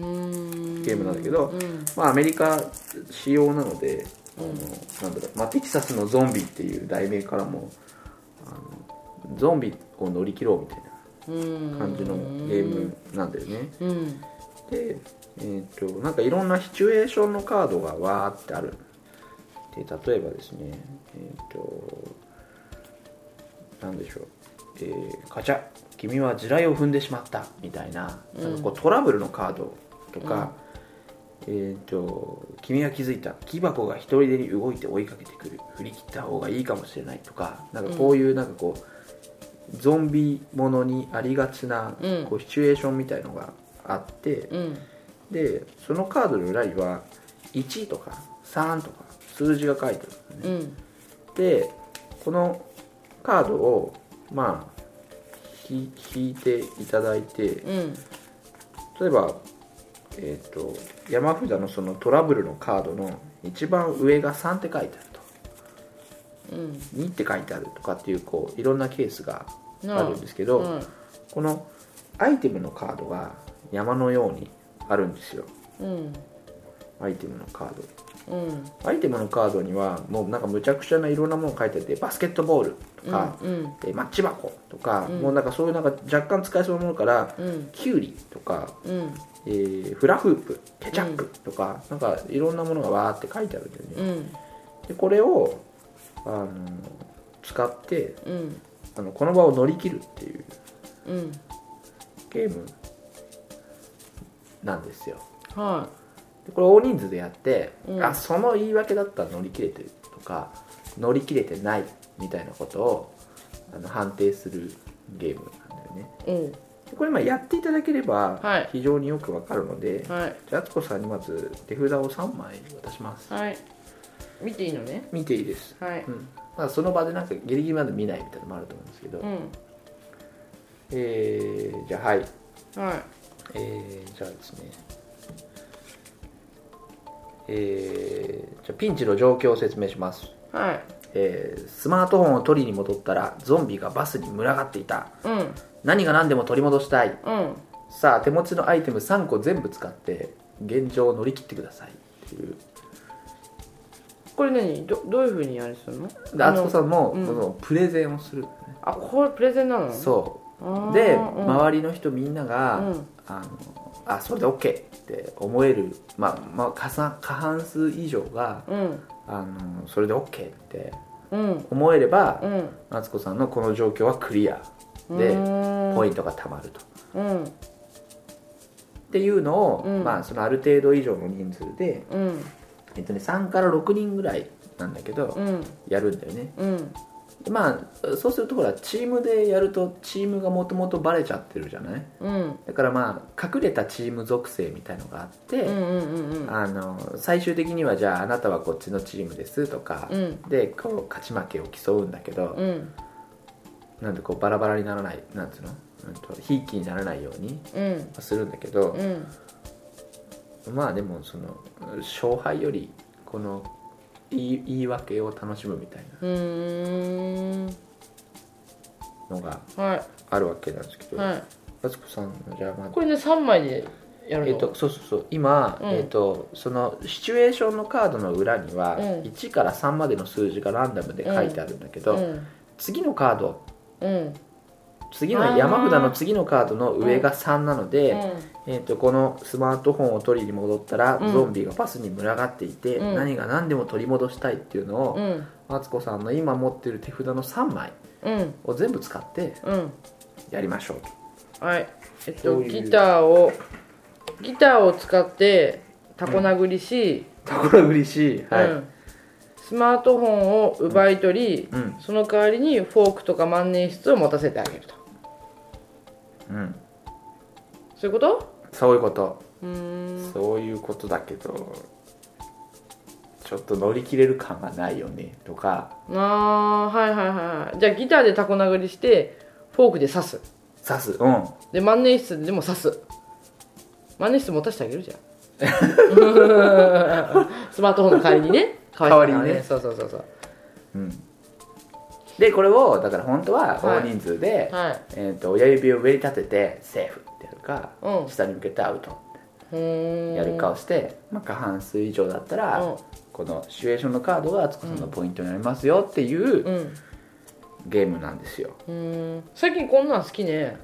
Speaker 3: な
Speaker 4: うん
Speaker 3: ゲームなんだけど
Speaker 4: うん
Speaker 3: まあアメリカ仕様なので、あ
Speaker 4: う
Speaker 3: の
Speaker 4: ん
Speaker 3: なんだろう、まあ、テキサスのゾンビっていう題名からもあのゾンビを乗り切ろうみたいな感
Speaker 4: 感
Speaker 3: じのゲームなんだよね
Speaker 4: うん
Speaker 3: でえー、となんかいろんなシチュエーションのカードがわーってあるで例えばですねえっ、となんでしょう、えーガチャ君は地雷を踏んでしまったみたいな,、なんかこうトラブルのカードとか、えっ、と君が気づいた木箱が一人でに動いて追いかけてくる振り切った方がいいかもしれないとかなんかこういうなんかこう、ゾンビものにありがちな
Speaker 4: うん
Speaker 3: こうシチュエーションみたいのがあって、
Speaker 4: うん
Speaker 3: でそのカードの裏には1とか3とか数字が書いてあるんだ
Speaker 4: う
Speaker 3: よね、
Speaker 4: ん
Speaker 3: でこのカードをまあひ引いていただいて
Speaker 4: うん
Speaker 3: 例えば、えー、と山札のそのトラブルのカードの一番上が3って書いてあると
Speaker 4: うん
Speaker 3: 2って書いてあるとかっていうこういろんなケースがあるんですけど、
Speaker 4: はい
Speaker 3: このアイテムのカードが山のようにあるんですよ
Speaker 4: うん
Speaker 3: アイテムのカード
Speaker 4: うん
Speaker 3: アイテムのカードにはもうなんかむちゃくちゃないろんなもの書いてあってバスケットボールとか、
Speaker 4: うん
Speaker 3: でマッチ箱とか、
Speaker 4: うん
Speaker 3: もうなんかそういうなんか若干使えそうなものから、
Speaker 4: うん
Speaker 3: キュウリとか、
Speaker 4: うん
Speaker 3: えーフラフープケチャップとか、なんかいろんなものがわーって書いてあるんだよね、
Speaker 4: うん
Speaker 3: でこれをあの使って
Speaker 4: うん
Speaker 3: あのこの場を乗り切るっていう
Speaker 4: うん
Speaker 3: ゲームなんですよ
Speaker 4: は
Speaker 3: でこれ大人数でやって、
Speaker 4: うん
Speaker 3: あその言い訳だったら乗り切れてるとか乗り切れてないみたいなことをあの判定するゲームなんだよね
Speaker 4: いうん
Speaker 3: でこれまあやっていただけれ
Speaker 4: は
Speaker 3: ば
Speaker 4: い
Speaker 3: 非常によくわかるので、
Speaker 4: はい
Speaker 3: じゃあつこさんにまず手札を3枚渡します
Speaker 4: はい見ていいのね
Speaker 3: 見ていいです、
Speaker 4: はい
Speaker 3: うんまあ、その場でなんかギリギリまで見ないみたいなのもあると思うんですけど、
Speaker 4: うん
Speaker 3: えー、じゃあはい
Speaker 4: はい
Speaker 3: えー、じゃあですねえー、じゃあピンチの状況を説明します
Speaker 4: はい
Speaker 3: えースマートフォンを取りに戻ったらゾンビがバスに群がっていた
Speaker 4: うん
Speaker 3: 何が何でも取り戻したい
Speaker 4: うん
Speaker 3: さあ手持ちのアイテム3個全部使って現状を乗り切ってくださいっていう
Speaker 4: これ何どどういうふうにあれするの
Speaker 3: で敦子さ
Speaker 4: ん
Speaker 3: んも、
Speaker 4: うん
Speaker 3: そのプレゼンをする、
Speaker 4: あこれプレゼンなの
Speaker 3: そ
Speaker 4: あー
Speaker 3: うで、
Speaker 4: うん
Speaker 3: 周りの人みんなが、
Speaker 4: うん
Speaker 3: あのあそれで OK って思える、まあまあ、過半過半数以上が
Speaker 4: うん
Speaker 3: あのそれで OK って
Speaker 4: うん
Speaker 3: 思えれば
Speaker 4: うん
Speaker 3: 敦子さんのこの状況はクリアでポイントがたまると。
Speaker 4: うん
Speaker 3: っていうのを、
Speaker 4: うん
Speaker 3: まあ、そのある程度以上の人数で、
Speaker 4: うん
Speaker 3: えっとね、3から6人ぐらいなんだけど、
Speaker 4: うん
Speaker 3: やるんだよね
Speaker 4: うん
Speaker 3: でまあそうするとほらチームでやるとチームがもともとバレちゃってるじゃない
Speaker 4: うん
Speaker 3: だからまあ隠れたチーム属性みたいのがあって、
Speaker 4: うんうんうんうん
Speaker 3: あの最終的にはじゃああなたはこっちのチームですとか、
Speaker 4: うん
Speaker 3: でこう勝ち負けを競うんだけど、
Speaker 4: うん
Speaker 3: なんでこうバラバラにならないなんつうのうんとひいきにならないように
Speaker 4: うん
Speaker 3: するんだけど、
Speaker 4: うん
Speaker 3: まあでもその勝敗よりこの言い言い訳を楽しむみたいう
Speaker 4: ーん
Speaker 3: なのが
Speaker 4: は
Speaker 3: あるわけなんですけ
Speaker 4: い
Speaker 3: ど、
Speaker 4: はい
Speaker 3: マツコさんのじゃあま
Speaker 4: こ
Speaker 3: あ
Speaker 4: れね三枚でやるの
Speaker 3: えっと、そうそうそう今、
Speaker 4: うん
Speaker 3: えっと、そのシチュエーションのカードの裏には、
Speaker 4: うん
Speaker 3: 1から3までの数字がランダムで書いてあるんだけ
Speaker 4: う
Speaker 3: ど、
Speaker 4: ん
Speaker 3: 次のカード
Speaker 4: うん
Speaker 3: 次
Speaker 4: あ
Speaker 3: の
Speaker 4: ー
Speaker 3: 山札の次のカードの上が3なので、えっとこのスマートフォンを取りに戻ったら、
Speaker 4: うん
Speaker 3: ゾンビがパスに群がっていて、
Speaker 4: うん
Speaker 3: 何が何でも取り戻したいっていうのを、
Speaker 4: うんうん
Speaker 3: マツコさんの今持ってる手札の3枚
Speaker 4: うん
Speaker 3: を全部使って
Speaker 4: うん
Speaker 3: やりましょう
Speaker 4: はいえっ
Speaker 3: ど
Speaker 4: と
Speaker 3: ういう
Speaker 4: ギターをギターを使ってタコ殴りし、
Speaker 3: ところ嬉しいはい、
Speaker 4: うんスマートフォンを奪い取り、
Speaker 3: うん
Speaker 4: その代わりにフォークとか万年筆を持たせてあげると
Speaker 3: うん、
Speaker 4: そういうこと
Speaker 3: そういうこと、
Speaker 4: うーん
Speaker 3: そういうことだけどちょっと乗り切れる感がないよねとか
Speaker 4: あーはいはいはいはいじゃあギターでタコ殴りしてフォークで刺す
Speaker 3: 刺すうん
Speaker 4: で万年筆でも刺す万年筆持たせてあげ
Speaker 3: [LAUGHS]
Speaker 4: るじゃんスマートフォンの代わりにね代
Speaker 3: わりにね
Speaker 4: そうそうそうそう
Speaker 3: うんでこれをだから本当は
Speaker 4: はい
Speaker 3: 大人数で、
Speaker 4: はい
Speaker 3: えー、と親指を上に立ててセーフってやるか、
Speaker 4: うん
Speaker 3: 下に向けてアウト
Speaker 4: うーん
Speaker 3: やるかをして、まあ、過半数以上だったら、
Speaker 4: うん
Speaker 3: このシチュエーションのカードが敦子さんのポイントになりますよっていう
Speaker 4: うんう
Speaker 3: ゲームなんですよ
Speaker 4: ーん最近こんなん好きね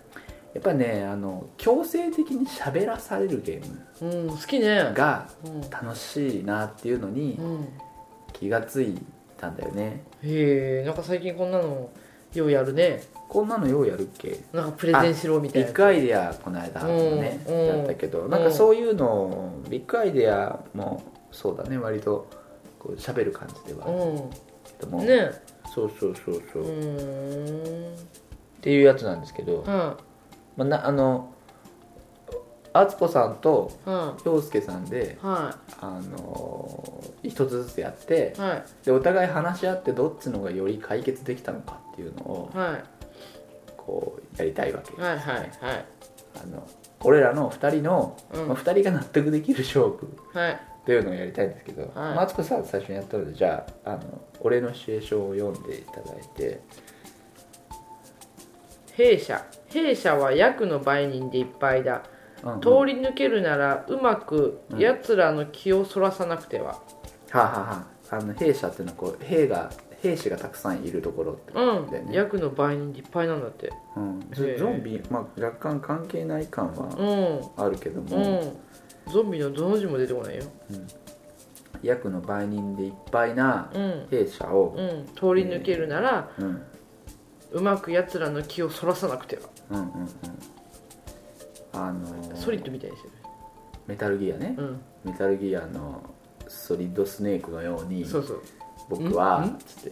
Speaker 3: やっぱねあの強制的に喋らされるゲーム
Speaker 4: うん好きね
Speaker 3: が
Speaker 4: うん
Speaker 3: 楽しいなっていうのに
Speaker 4: うん
Speaker 3: 気がついたんだよね
Speaker 4: へえんか最近こんなのようやるね
Speaker 3: こんなのようやるっけ
Speaker 4: なんかプレゼンしろみた
Speaker 3: ビ
Speaker 4: いな
Speaker 3: ッグアイデアこの間ね、
Speaker 4: うんうん
Speaker 3: やったけどなんかそういうのビッグアイデアもそうだね割とこう喋る感じではある
Speaker 4: う
Speaker 3: けども、
Speaker 4: んね
Speaker 3: そうそうそうそうう、っ
Speaker 4: ーん
Speaker 3: ていうやつなんですけど、
Speaker 4: うん
Speaker 3: まあ、なあの敦子さんと
Speaker 4: うん
Speaker 3: 陽介さんで
Speaker 4: は
Speaker 3: あのー一つずつやって
Speaker 4: いはい
Speaker 3: でお互い話し合ってどっちのがより解決できたのかっていうのを
Speaker 4: はい
Speaker 3: こうやりたいわけ、
Speaker 4: はいはいはい
Speaker 3: あの俺らの2人の、
Speaker 4: うん
Speaker 3: まあ、2人が納得できる勝負
Speaker 4: はい
Speaker 3: っていうのをやりたいんですけど、
Speaker 4: はい
Speaker 3: マツコさん最初にやったのでじゃああの俺のシチュエーションを読んでいただいて
Speaker 4: 弊社弊社は役の売人でいっぱいだ
Speaker 3: うんうん
Speaker 4: 通り抜けるならうまくやつらの気をそらさなくては
Speaker 3: はあ、はあはあ、あの弊社っていうのはこう兵が兵士がたくさんいるところって
Speaker 4: う
Speaker 3: ことだよ
Speaker 4: ん
Speaker 3: ね、
Speaker 4: 役の売人でいっぱいなんだって
Speaker 3: うん
Speaker 4: へえ
Speaker 3: ゾンビ、まあ、若干関係ない感
Speaker 4: う
Speaker 3: は
Speaker 4: ん
Speaker 3: あるけども、
Speaker 4: うんゾンビのどの字も出てこないよ
Speaker 3: 役の売人でいっぱいな
Speaker 4: うん
Speaker 3: 弊社を、
Speaker 4: うん通り抜けるなら
Speaker 3: うん
Speaker 4: うまくやつらの気をそらさなくては
Speaker 3: うんうんうんあのー
Speaker 4: ソリッドみたいにしてる
Speaker 3: メタルギアね、
Speaker 4: うん
Speaker 3: メタルギアのソリッドスネークのように
Speaker 4: そうそう
Speaker 3: 僕は
Speaker 4: ん
Speaker 3: つって、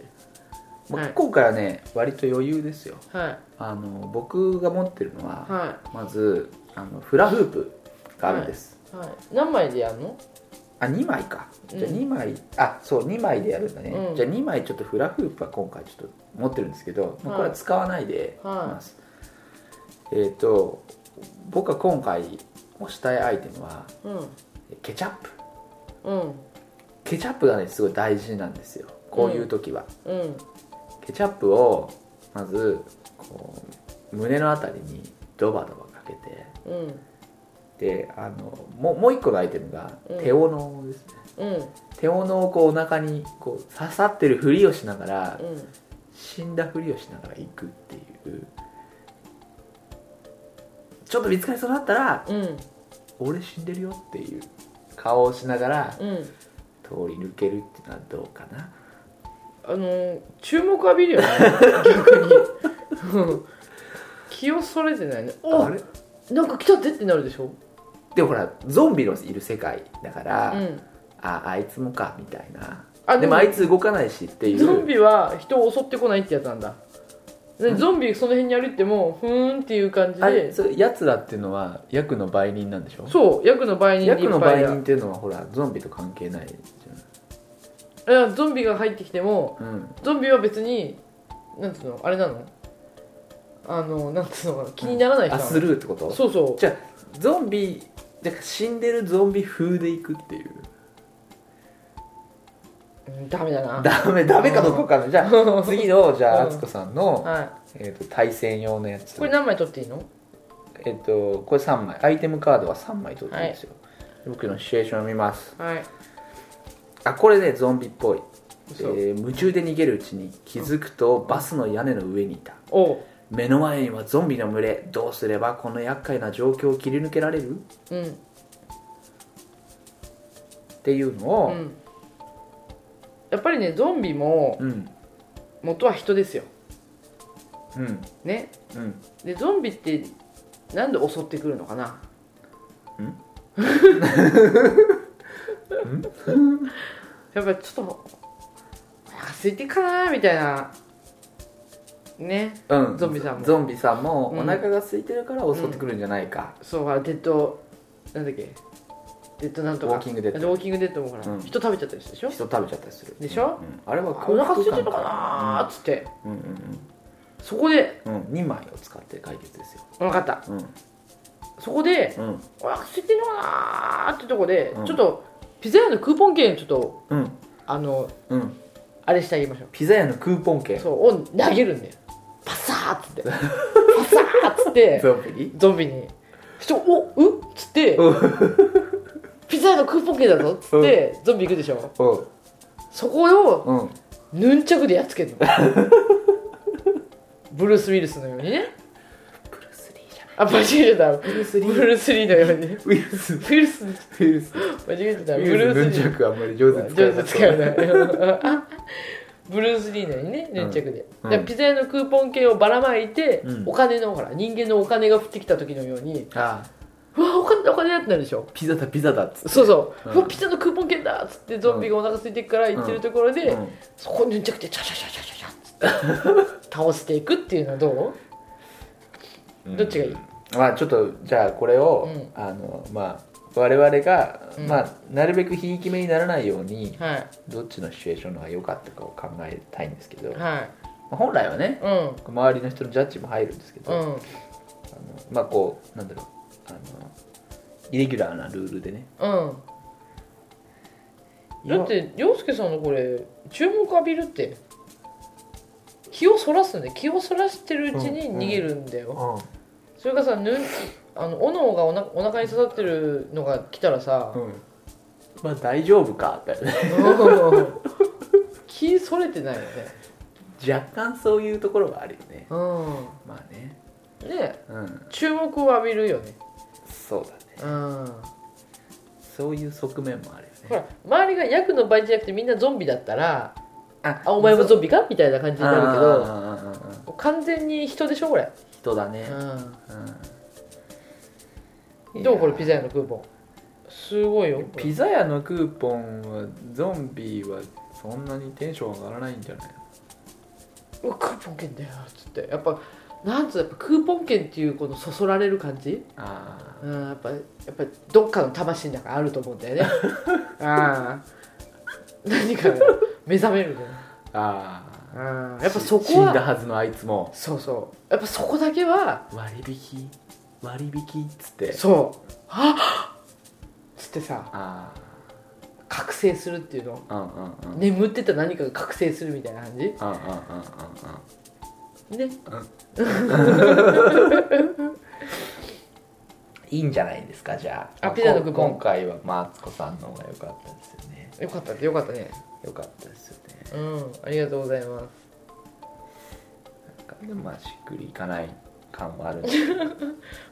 Speaker 3: まあ
Speaker 4: はい
Speaker 3: 今回はね割と余裕ですよ
Speaker 4: はい
Speaker 3: あの僕が持ってるのは、
Speaker 4: は
Speaker 3: まずあのフラフープがあるんです、
Speaker 4: いはい何枚でやるの
Speaker 3: あ2枚かじゃあ
Speaker 4: うん
Speaker 3: 2枚、あそう2枚でやるんだね、
Speaker 4: うん
Speaker 3: じゃあ2枚ちょっとフラフープは今回ちょっと持ってるんですけど、まあ、
Speaker 4: はい
Speaker 3: これは使わないでいます、えっ、と僕は今回推したいアイテムは
Speaker 4: うん
Speaker 3: ケチャップ
Speaker 4: うん
Speaker 3: ケチャップがねすごい大事なんですよこういう時は、
Speaker 4: うん
Speaker 3: ケチャップをまずこう胸のあたりにドバドバかけて
Speaker 4: うん
Speaker 3: であのもうもう一個のアイテムが
Speaker 4: うん
Speaker 3: 手おのですね、
Speaker 4: うん
Speaker 3: 手おのをこうお腹にこう刺さってるふりをしながら
Speaker 4: うん
Speaker 3: 死んだふりをしながら行くっていうちょっと見つかりそうだったら
Speaker 4: うん
Speaker 3: 「俺死んでるよ」っていう顔をしながら
Speaker 4: うん
Speaker 3: 通り抜けるっていうのはどうかな
Speaker 4: あのー注目浴びるよね逆にうん気をそれてないねお
Speaker 3: あれ
Speaker 4: なんか来たってってなるでしょ
Speaker 3: でもほらゾンビのいる世界だから、
Speaker 4: うん
Speaker 3: ああいつもかみたいな
Speaker 4: あ
Speaker 3: でもあいつ動かないしっていう
Speaker 4: ゾンビは人を襲ってこないってやつなんだでゾンビその辺に歩いてもふーんっていう感じ
Speaker 3: あれ
Speaker 4: で
Speaker 3: そうやつらっていうのは役の売人なんでしょ
Speaker 4: そう役の売人に
Speaker 3: 役
Speaker 4: い
Speaker 3: の
Speaker 4: っぱい
Speaker 3: 売
Speaker 4: だ
Speaker 3: 人っていうのはほらゾンビと関係ないじ
Speaker 4: だからゾンビが入ってきても
Speaker 3: ゃん、うん、
Speaker 4: ゾンビは別になんつうのあれなのあのなんつうのかな気にならない人
Speaker 3: あ
Speaker 4: なの
Speaker 3: スルーってこと
Speaker 4: そうそう
Speaker 3: じゃあゾンビじゃあ死んでるゾンビ風でいくっていう
Speaker 4: うんダメだな
Speaker 3: ダメダメかどうかわかんないじゃあ次のじゃあ
Speaker 4: うん
Speaker 3: 敦子さんの、
Speaker 4: は
Speaker 3: えー、と対戦用のやつ
Speaker 4: いこれ何枚取っていいの
Speaker 3: えっ、とこれ3枚アイテムカードは3枚取ってるんですよ、僕のシチュエーションを見ます
Speaker 4: はい
Speaker 3: あこれねゾンビっぽい、え
Speaker 4: そう
Speaker 3: ー夢中で逃げるうちに気づくとバスの屋根の上にいた
Speaker 4: おう
Speaker 3: 目の前にはゾンビの群れどうすればこの厄介な状況を切り抜けられる
Speaker 4: うん
Speaker 3: っていうのを
Speaker 4: う、んやっぱりねゾンビも
Speaker 3: うん
Speaker 4: 元は人ですよ
Speaker 3: うん
Speaker 4: ね
Speaker 3: うん
Speaker 4: でゾンビってなんで襲ってくるのかなやっぱりちょっとお腹空いてっかなみたいなね
Speaker 3: うん、
Speaker 4: ゾンビさんも
Speaker 3: ゾンビさんも
Speaker 4: うん
Speaker 3: お腹が空いてるから襲ってくるんじゃないか、
Speaker 4: そうあデッドなんだっけデッドなんとか
Speaker 3: ウォーキングデッド
Speaker 4: ウォーキングデッドもほら、
Speaker 3: うん
Speaker 4: 人食べちゃったりするでしょ
Speaker 3: 人食べちゃったりする
Speaker 4: でしょ
Speaker 3: うんうんあれは
Speaker 4: あお腹空いてるのかなー
Speaker 3: な
Speaker 4: っつって
Speaker 3: うんうん
Speaker 4: そこで
Speaker 3: うん、うん、2枚を使って解決ですよ
Speaker 4: 分かった
Speaker 3: う
Speaker 4: そこで
Speaker 3: んうん
Speaker 4: お腹空いてんのかなーってとこで、
Speaker 3: うん
Speaker 4: ちょっとピザ屋のクーポン券ちょっと
Speaker 3: うん
Speaker 4: あの
Speaker 3: うん
Speaker 4: あれしてあげましょう
Speaker 3: ピザ屋のクーポン券
Speaker 4: そうを投げるんだよパサーっつってパサーっつって
Speaker 3: ゾンビに
Speaker 4: ゾンビに人おうっつって
Speaker 3: うん
Speaker 4: ピザ屋のクーポン券だぞっつってゾンビ行くでしょ
Speaker 3: うん
Speaker 4: そこを
Speaker 3: うん
Speaker 4: ヌンチャクでやっつ
Speaker 3: [LAUGHS]
Speaker 4: けるのブルース・ウィルスのようにね
Speaker 3: ブルース・リーじゃない
Speaker 4: あ間違えてたブ
Speaker 3: ブルース・リー
Speaker 4: ルース・リーのようにウ
Speaker 3: ウィルスウ
Speaker 4: ィルス
Speaker 3: ィルスウ
Speaker 4: 間違えてたブ
Speaker 3: ィル
Speaker 4: ル
Speaker 3: スヌ
Speaker 4: ー
Speaker 3: ン
Speaker 4: ス・
Speaker 3: チ
Speaker 4: リー
Speaker 3: ャクあんまり上手使
Speaker 4: 上
Speaker 3: えな
Speaker 4: 手
Speaker 3: い
Speaker 4: 使えない
Speaker 3: [LAUGHS]
Speaker 4: ブルース・リーのようにねヌンチャクで、
Speaker 3: うん
Speaker 4: だからピザ屋のクーポン券をばらまいて、
Speaker 3: うん
Speaker 4: お金のほら人間のお金が降ってきた時のように
Speaker 3: ああ
Speaker 4: うわお金だお金だってなるでしょ
Speaker 3: ピザだピザだっつって
Speaker 4: そうそう、
Speaker 3: うん
Speaker 4: うわピザのクーポン券だっつってゾンビがお腹空いてるから行ってるところで、
Speaker 3: うん
Speaker 4: そこにヌンチャクでチャチャチャチャチャチャっつって倒していくっていうのはど
Speaker 3: うん
Speaker 4: どっちがいい
Speaker 3: まあちょっとじゃあこれを、
Speaker 4: うん
Speaker 3: あのまあ我々が、
Speaker 4: うん
Speaker 3: まあなるべくひいき目にならないように
Speaker 4: うはい
Speaker 3: どっちのシチュエーションの方が良かったかを考えたいんですけど、ま
Speaker 4: はい
Speaker 3: あ本来はね
Speaker 4: うん
Speaker 3: 周りの人のジャッジも入るんですけど、
Speaker 4: う
Speaker 3: あの
Speaker 4: ん
Speaker 3: まあこうなんだろうあのイレギュラーなルールでね
Speaker 4: うんだって洋介さんのこれ注目浴びるって気をそらすんで気をそらしてるうちに
Speaker 3: うん
Speaker 4: 逃げるんだよ、
Speaker 3: うん
Speaker 4: それがさぬんあの斧がおなお腹に刺さってるのが来たらさ、
Speaker 3: うんまあ大丈夫かだよね
Speaker 4: うん [LAUGHS] 気それてないよね
Speaker 3: [LAUGHS] 若干そういうところはあるよね
Speaker 4: う
Speaker 3: まあね
Speaker 4: んね
Speaker 3: うん
Speaker 4: 注目を浴びるよね
Speaker 3: そうだね
Speaker 4: うん
Speaker 3: そういう側面もあるよね
Speaker 4: ほら周りが役の場合じゃなくてみんなゾンビだったら
Speaker 3: あ
Speaker 4: あお前もゾンビかみたいな感じになるけ
Speaker 3: あ
Speaker 4: ど
Speaker 3: ーあーあーあー
Speaker 4: 完全に人でしょこれ、
Speaker 3: 人だね、
Speaker 4: う、
Speaker 3: うんん
Speaker 4: どうこれピザ屋のクーポンすごいよ
Speaker 3: ピザ屋のクーポンはゾンビはそんなにテンション上がらないんじゃない
Speaker 4: これうわクーポン券だよっつってやっぱなんつうのやっぱクーポン券っていうこのそそられる感じ
Speaker 3: あ
Speaker 4: うんやっぱやっぱどっかの魂の中あると思うんだよねああ何か目覚めるね
Speaker 3: ーあ
Speaker 4: うんやっぱそこ
Speaker 3: 死んだ
Speaker 4: は
Speaker 3: はずのあいつも
Speaker 4: そうそうやっぱそこだけは
Speaker 3: 割引割引っつって
Speaker 4: そうあっつってさ
Speaker 3: あ
Speaker 4: 覚醒するっていうの
Speaker 3: あうんうんうんうんうんうん
Speaker 4: 眠ってた何かが覚醒するみたいな感じね
Speaker 3: いいんじゃないですかじゃあ
Speaker 4: あピザのクーポン
Speaker 3: 今回はマツコさんの方が良かったですよね
Speaker 4: よかったねよかったね
Speaker 3: 良かったですよね
Speaker 4: うんありがとうございます
Speaker 3: なんかでもまあしっくりいかない感はあるんで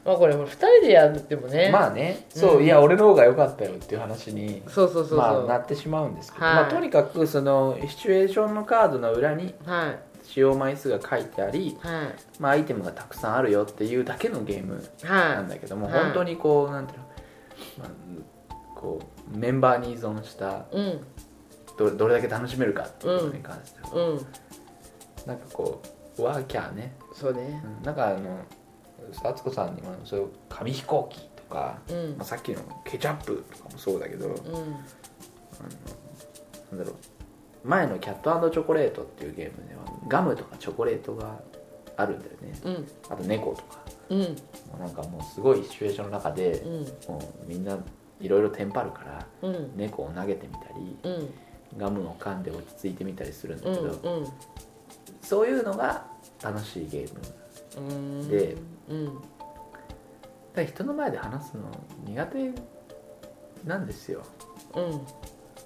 Speaker 4: まあこれもう2人でやってもね
Speaker 3: まあ [LAUGHS] ねそう、
Speaker 4: うん
Speaker 3: いや俺の方が良かったよっていう話に
Speaker 4: そうそうそうそう、
Speaker 3: まあ、なってしまうんですけど、
Speaker 4: はい
Speaker 3: まあ、とにかくそのシチュエーションのカードの裏に
Speaker 4: はい
Speaker 3: 使用枚数が書いてあり、
Speaker 4: は
Speaker 3: まあ、アイテムがたくさんあるよっていうだけのゲーム
Speaker 4: い
Speaker 3: なん
Speaker 4: は
Speaker 3: だけども、
Speaker 4: はい
Speaker 3: 本当にこうなんていうの、まあ、こうメンバーに依存した
Speaker 4: いうん
Speaker 3: どどれだけ楽しめるかっていうことに関しては、
Speaker 4: うん
Speaker 3: なんかこうワーキャーね、
Speaker 4: そうね
Speaker 3: うんなんかあの敦子さんにもそういう紙飛行機とか、
Speaker 4: うん
Speaker 3: まあ、さっきのケチャップとかもそうだけど、
Speaker 4: うん
Speaker 3: なんだろう前の「キャットチョコレート」っていうゲームではガムとかチョコレートがあるんだよね
Speaker 4: うん
Speaker 3: あと猫とか
Speaker 4: うん
Speaker 3: もうなんかもうすごいシチュエーションの中で
Speaker 4: う、ん
Speaker 3: もうみんないろいろテンパるから
Speaker 4: うん
Speaker 3: 猫を投げてみたり
Speaker 4: うん
Speaker 3: ガムを噛んで落ち着いてみたりするんだ
Speaker 4: う
Speaker 3: け
Speaker 4: ん
Speaker 3: ど、
Speaker 4: うん
Speaker 3: そういうのが楽しいゲームだか
Speaker 4: うん
Speaker 3: で
Speaker 4: うん
Speaker 3: ら人の前で話すの苦手なんですよ
Speaker 4: うん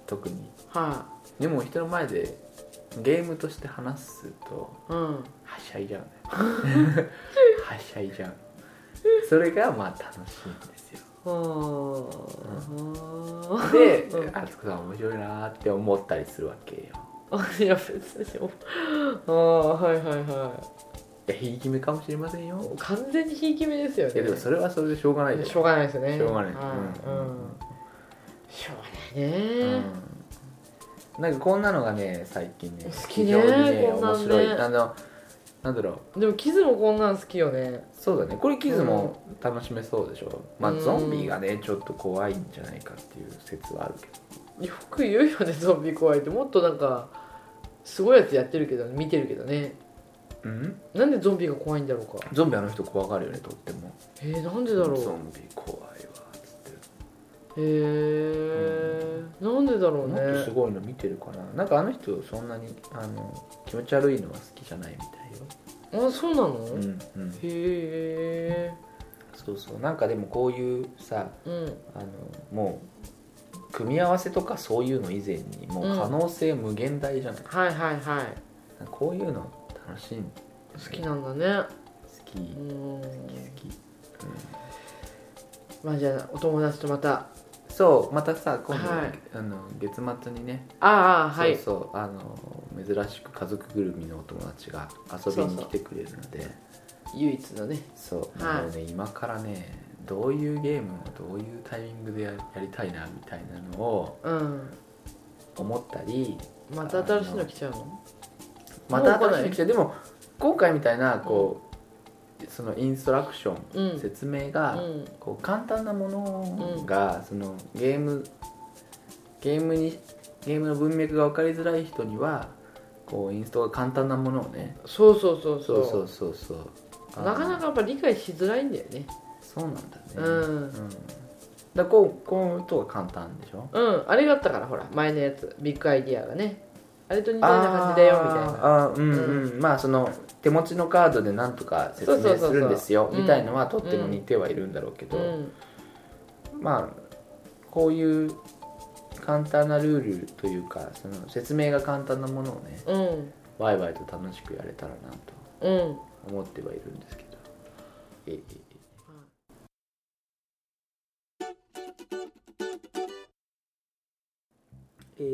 Speaker 3: 特に
Speaker 4: は
Speaker 3: でも人の前でゲームとして話すと
Speaker 4: い [LAUGHS] うん
Speaker 3: はしゃいじゃうねはしゃいじゃうそれがまあ楽しいんですよ
Speaker 4: うん
Speaker 3: で
Speaker 4: うん
Speaker 3: 敦子さん面白いなーって思ったりするわけよ
Speaker 4: [LAUGHS] いや別にああはいはいはい
Speaker 3: やひいき目かもしれませんよ
Speaker 4: い完全にひいき目ですよね
Speaker 3: いやでもそれはそれでしょうがないで
Speaker 4: しょうがないですよね
Speaker 3: しょうがない
Speaker 4: はい
Speaker 3: うん
Speaker 4: うんしょうがないうね
Speaker 3: んなんかこんなのがね最近ね
Speaker 4: 好
Speaker 3: 非
Speaker 4: きね
Speaker 3: 常にね
Speaker 4: こんな
Speaker 3: 面
Speaker 4: んね
Speaker 3: 白いあのなんだろう
Speaker 4: でもキズもこんなん好きよね
Speaker 3: そうだねこれキズも楽しめそうでしょ、まあ
Speaker 4: うん
Speaker 3: ゾンビがねちょっと怖いんじゃないかっていう説はあるけど
Speaker 4: よく言うよねゾンビ怖いってもっとなんかすごいやつやってるけどね見てるけどね
Speaker 3: うん
Speaker 4: なんでゾンビが怖いんだろうか
Speaker 3: ゾンビあの人怖がるよねとっても
Speaker 4: えー、なんでだろ
Speaker 3: ゾ
Speaker 4: う
Speaker 3: ンビ怖いわっつって
Speaker 4: へえー、なんでだろう
Speaker 3: もっとす
Speaker 4: ね
Speaker 3: ごいの見てるかななんかあの人そんなにあの気持ち悪いのは好きじゃないみたいよ
Speaker 4: あそうなの、
Speaker 3: う
Speaker 4: へ
Speaker 3: んうん
Speaker 4: え
Speaker 3: そうそうなんかでもこういうさ
Speaker 4: うん
Speaker 3: あのもう組み合わせとかそういうの以前にもう可能性無限大じゃない、
Speaker 4: はいはいはい
Speaker 3: こういうの楽しい好
Speaker 4: 好きなんだね
Speaker 3: き
Speaker 4: う
Speaker 3: 好
Speaker 4: ん
Speaker 3: き好き
Speaker 4: まあじゃあお友達とまた
Speaker 3: そうまたさ今度、
Speaker 4: はい
Speaker 3: あの月末にね、
Speaker 4: ああはい
Speaker 3: そうそうあの珍しく家族ぐるみのお友達が遊びに来てくれるので
Speaker 4: 唯一のね
Speaker 3: そう、
Speaker 4: はい
Speaker 3: もうね今からねどういうゲームをどういうタイミングでややりたいなみたいなのを
Speaker 4: うん
Speaker 3: 思ったり
Speaker 4: また新しいの来ちゃうの
Speaker 3: また
Speaker 4: もう来な
Speaker 3: 新
Speaker 4: い
Speaker 3: しいの来てでも今回みたいなこう、そのインストラクション、
Speaker 4: うんうん
Speaker 3: 説明が、こう簡単なものが、そのゲームゲームにゲームの文脈が分かりづらい人にはこうインストが簡単なものをね
Speaker 4: そうそうそう
Speaker 3: そう
Speaker 4: そ
Speaker 3: そううそうそうあの
Speaker 4: なかなかやっぱ理解しづらいんだよね
Speaker 3: そうなんだね
Speaker 4: うん
Speaker 3: だからこうこういうとが簡単でしょ
Speaker 4: うんあれがあったからほら前のやつビッグアイディアがねあれと似たような感じだよみたいな
Speaker 3: あーあーうんうん、まあその手持ちのカードでなんとか説
Speaker 4: そうそう
Speaker 3: 明
Speaker 4: そうそう
Speaker 3: するんですよ
Speaker 4: うん
Speaker 3: みたいのはとっても似てはいるんだろうけど、
Speaker 4: うん
Speaker 3: まあこういう簡単なルールというかその説明が簡単なものをね
Speaker 4: うん
Speaker 3: ワイワイと楽しくやれたらなと
Speaker 4: うん
Speaker 3: 思ってはいるんですけどえええええ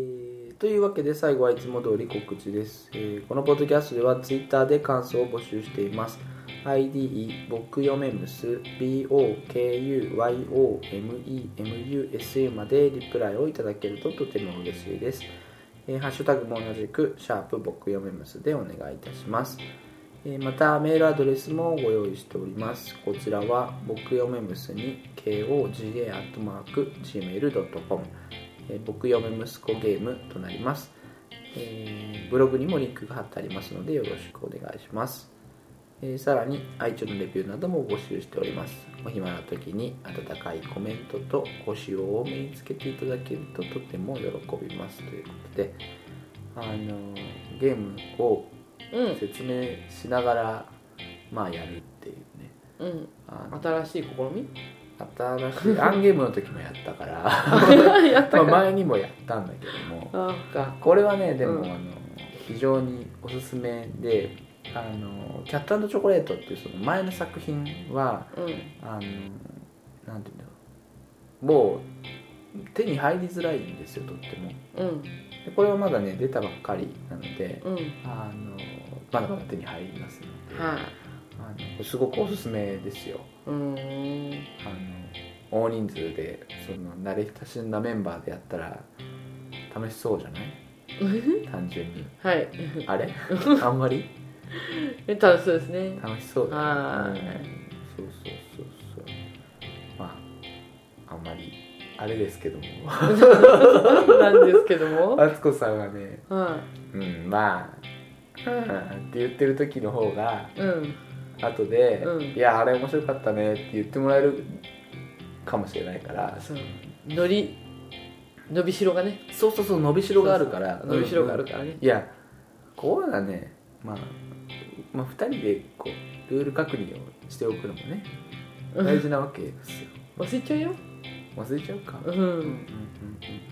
Speaker 3: ーというわけで最後はいつも通り告知です、えーこのポッドキャストでは Twitter で感想を募集しています ID 僕よめむす BOKUYOMEMUSU までリプライをいただけるととても嬉しいです、えーハッシュタグも同じくシャープ僕よめむすでお願いいたしますえーまたメールアドレスもご用意しておりますこちらは僕よめむすに koga.gmail.com えー僕よめ息子ゲームとなりますえーブログにもリンクが貼ってありますのでよろしくお願いします、えーさらに iTunes のレビューなども募集しておりますお暇な時に温かいコメントとご使用を目につけていただけるととても喜びますということであのーゲームを
Speaker 4: うん
Speaker 3: 説明しながらまあやるっていうね
Speaker 4: うん
Speaker 3: あの
Speaker 4: 新しい試
Speaker 3: [LAUGHS]
Speaker 4: [LAUGHS]
Speaker 3: 新しいアンゲームの時もやったから
Speaker 4: みやった
Speaker 3: まあ
Speaker 4: か
Speaker 3: 前にもやったんだけども
Speaker 4: あそっか
Speaker 3: これはねでも、
Speaker 4: うん
Speaker 3: あの非常におすすめであの「キャットチョコレート」っていうその前の作品は
Speaker 4: うん
Speaker 3: あのなんていうんだろうもう手に入りづらいんですよとっても
Speaker 4: うん
Speaker 3: でこれはまだね出たばっかりなので
Speaker 4: うん
Speaker 3: あのまだまだ手に入りますので、
Speaker 4: はい、
Speaker 3: あのすごくおすすめですよ
Speaker 4: うーん
Speaker 3: あの大人数でその慣れ親しんだメンバーでやったら楽しそうじゃない
Speaker 4: [LAUGHS]
Speaker 3: 単純に
Speaker 4: はい
Speaker 3: あ
Speaker 4: [LAUGHS]
Speaker 3: れあんまり
Speaker 4: え楽しそうですね
Speaker 3: 楽しそうだ
Speaker 4: は
Speaker 3: うん
Speaker 4: い
Speaker 3: そうそうそうそうまああんまりあれですけども
Speaker 4: なんですけども
Speaker 3: 敦子さんはね
Speaker 4: は
Speaker 3: うんまあうんって言ってる時の方が
Speaker 4: いうん
Speaker 3: 後で、
Speaker 4: うん
Speaker 3: いやあれ面白かったねって言ってもらえるかもしれないから
Speaker 4: そうのり伸びしろがね
Speaker 3: そうそうそう伸びしろがあるから
Speaker 4: 伸びしろがあるからね
Speaker 3: いやこういうのはね、まあ、まあ2人でこうルール確認をしておくのもね
Speaker 4: うん
Speaker 3: 大事なわけですよ
Speaker 4: 忘れちゃうよ
Speaker 3: 忘れちゃうか、
Speaker 4: う
Speaker 3: うんうん
Speaker 4: ん
Speaker 3: うん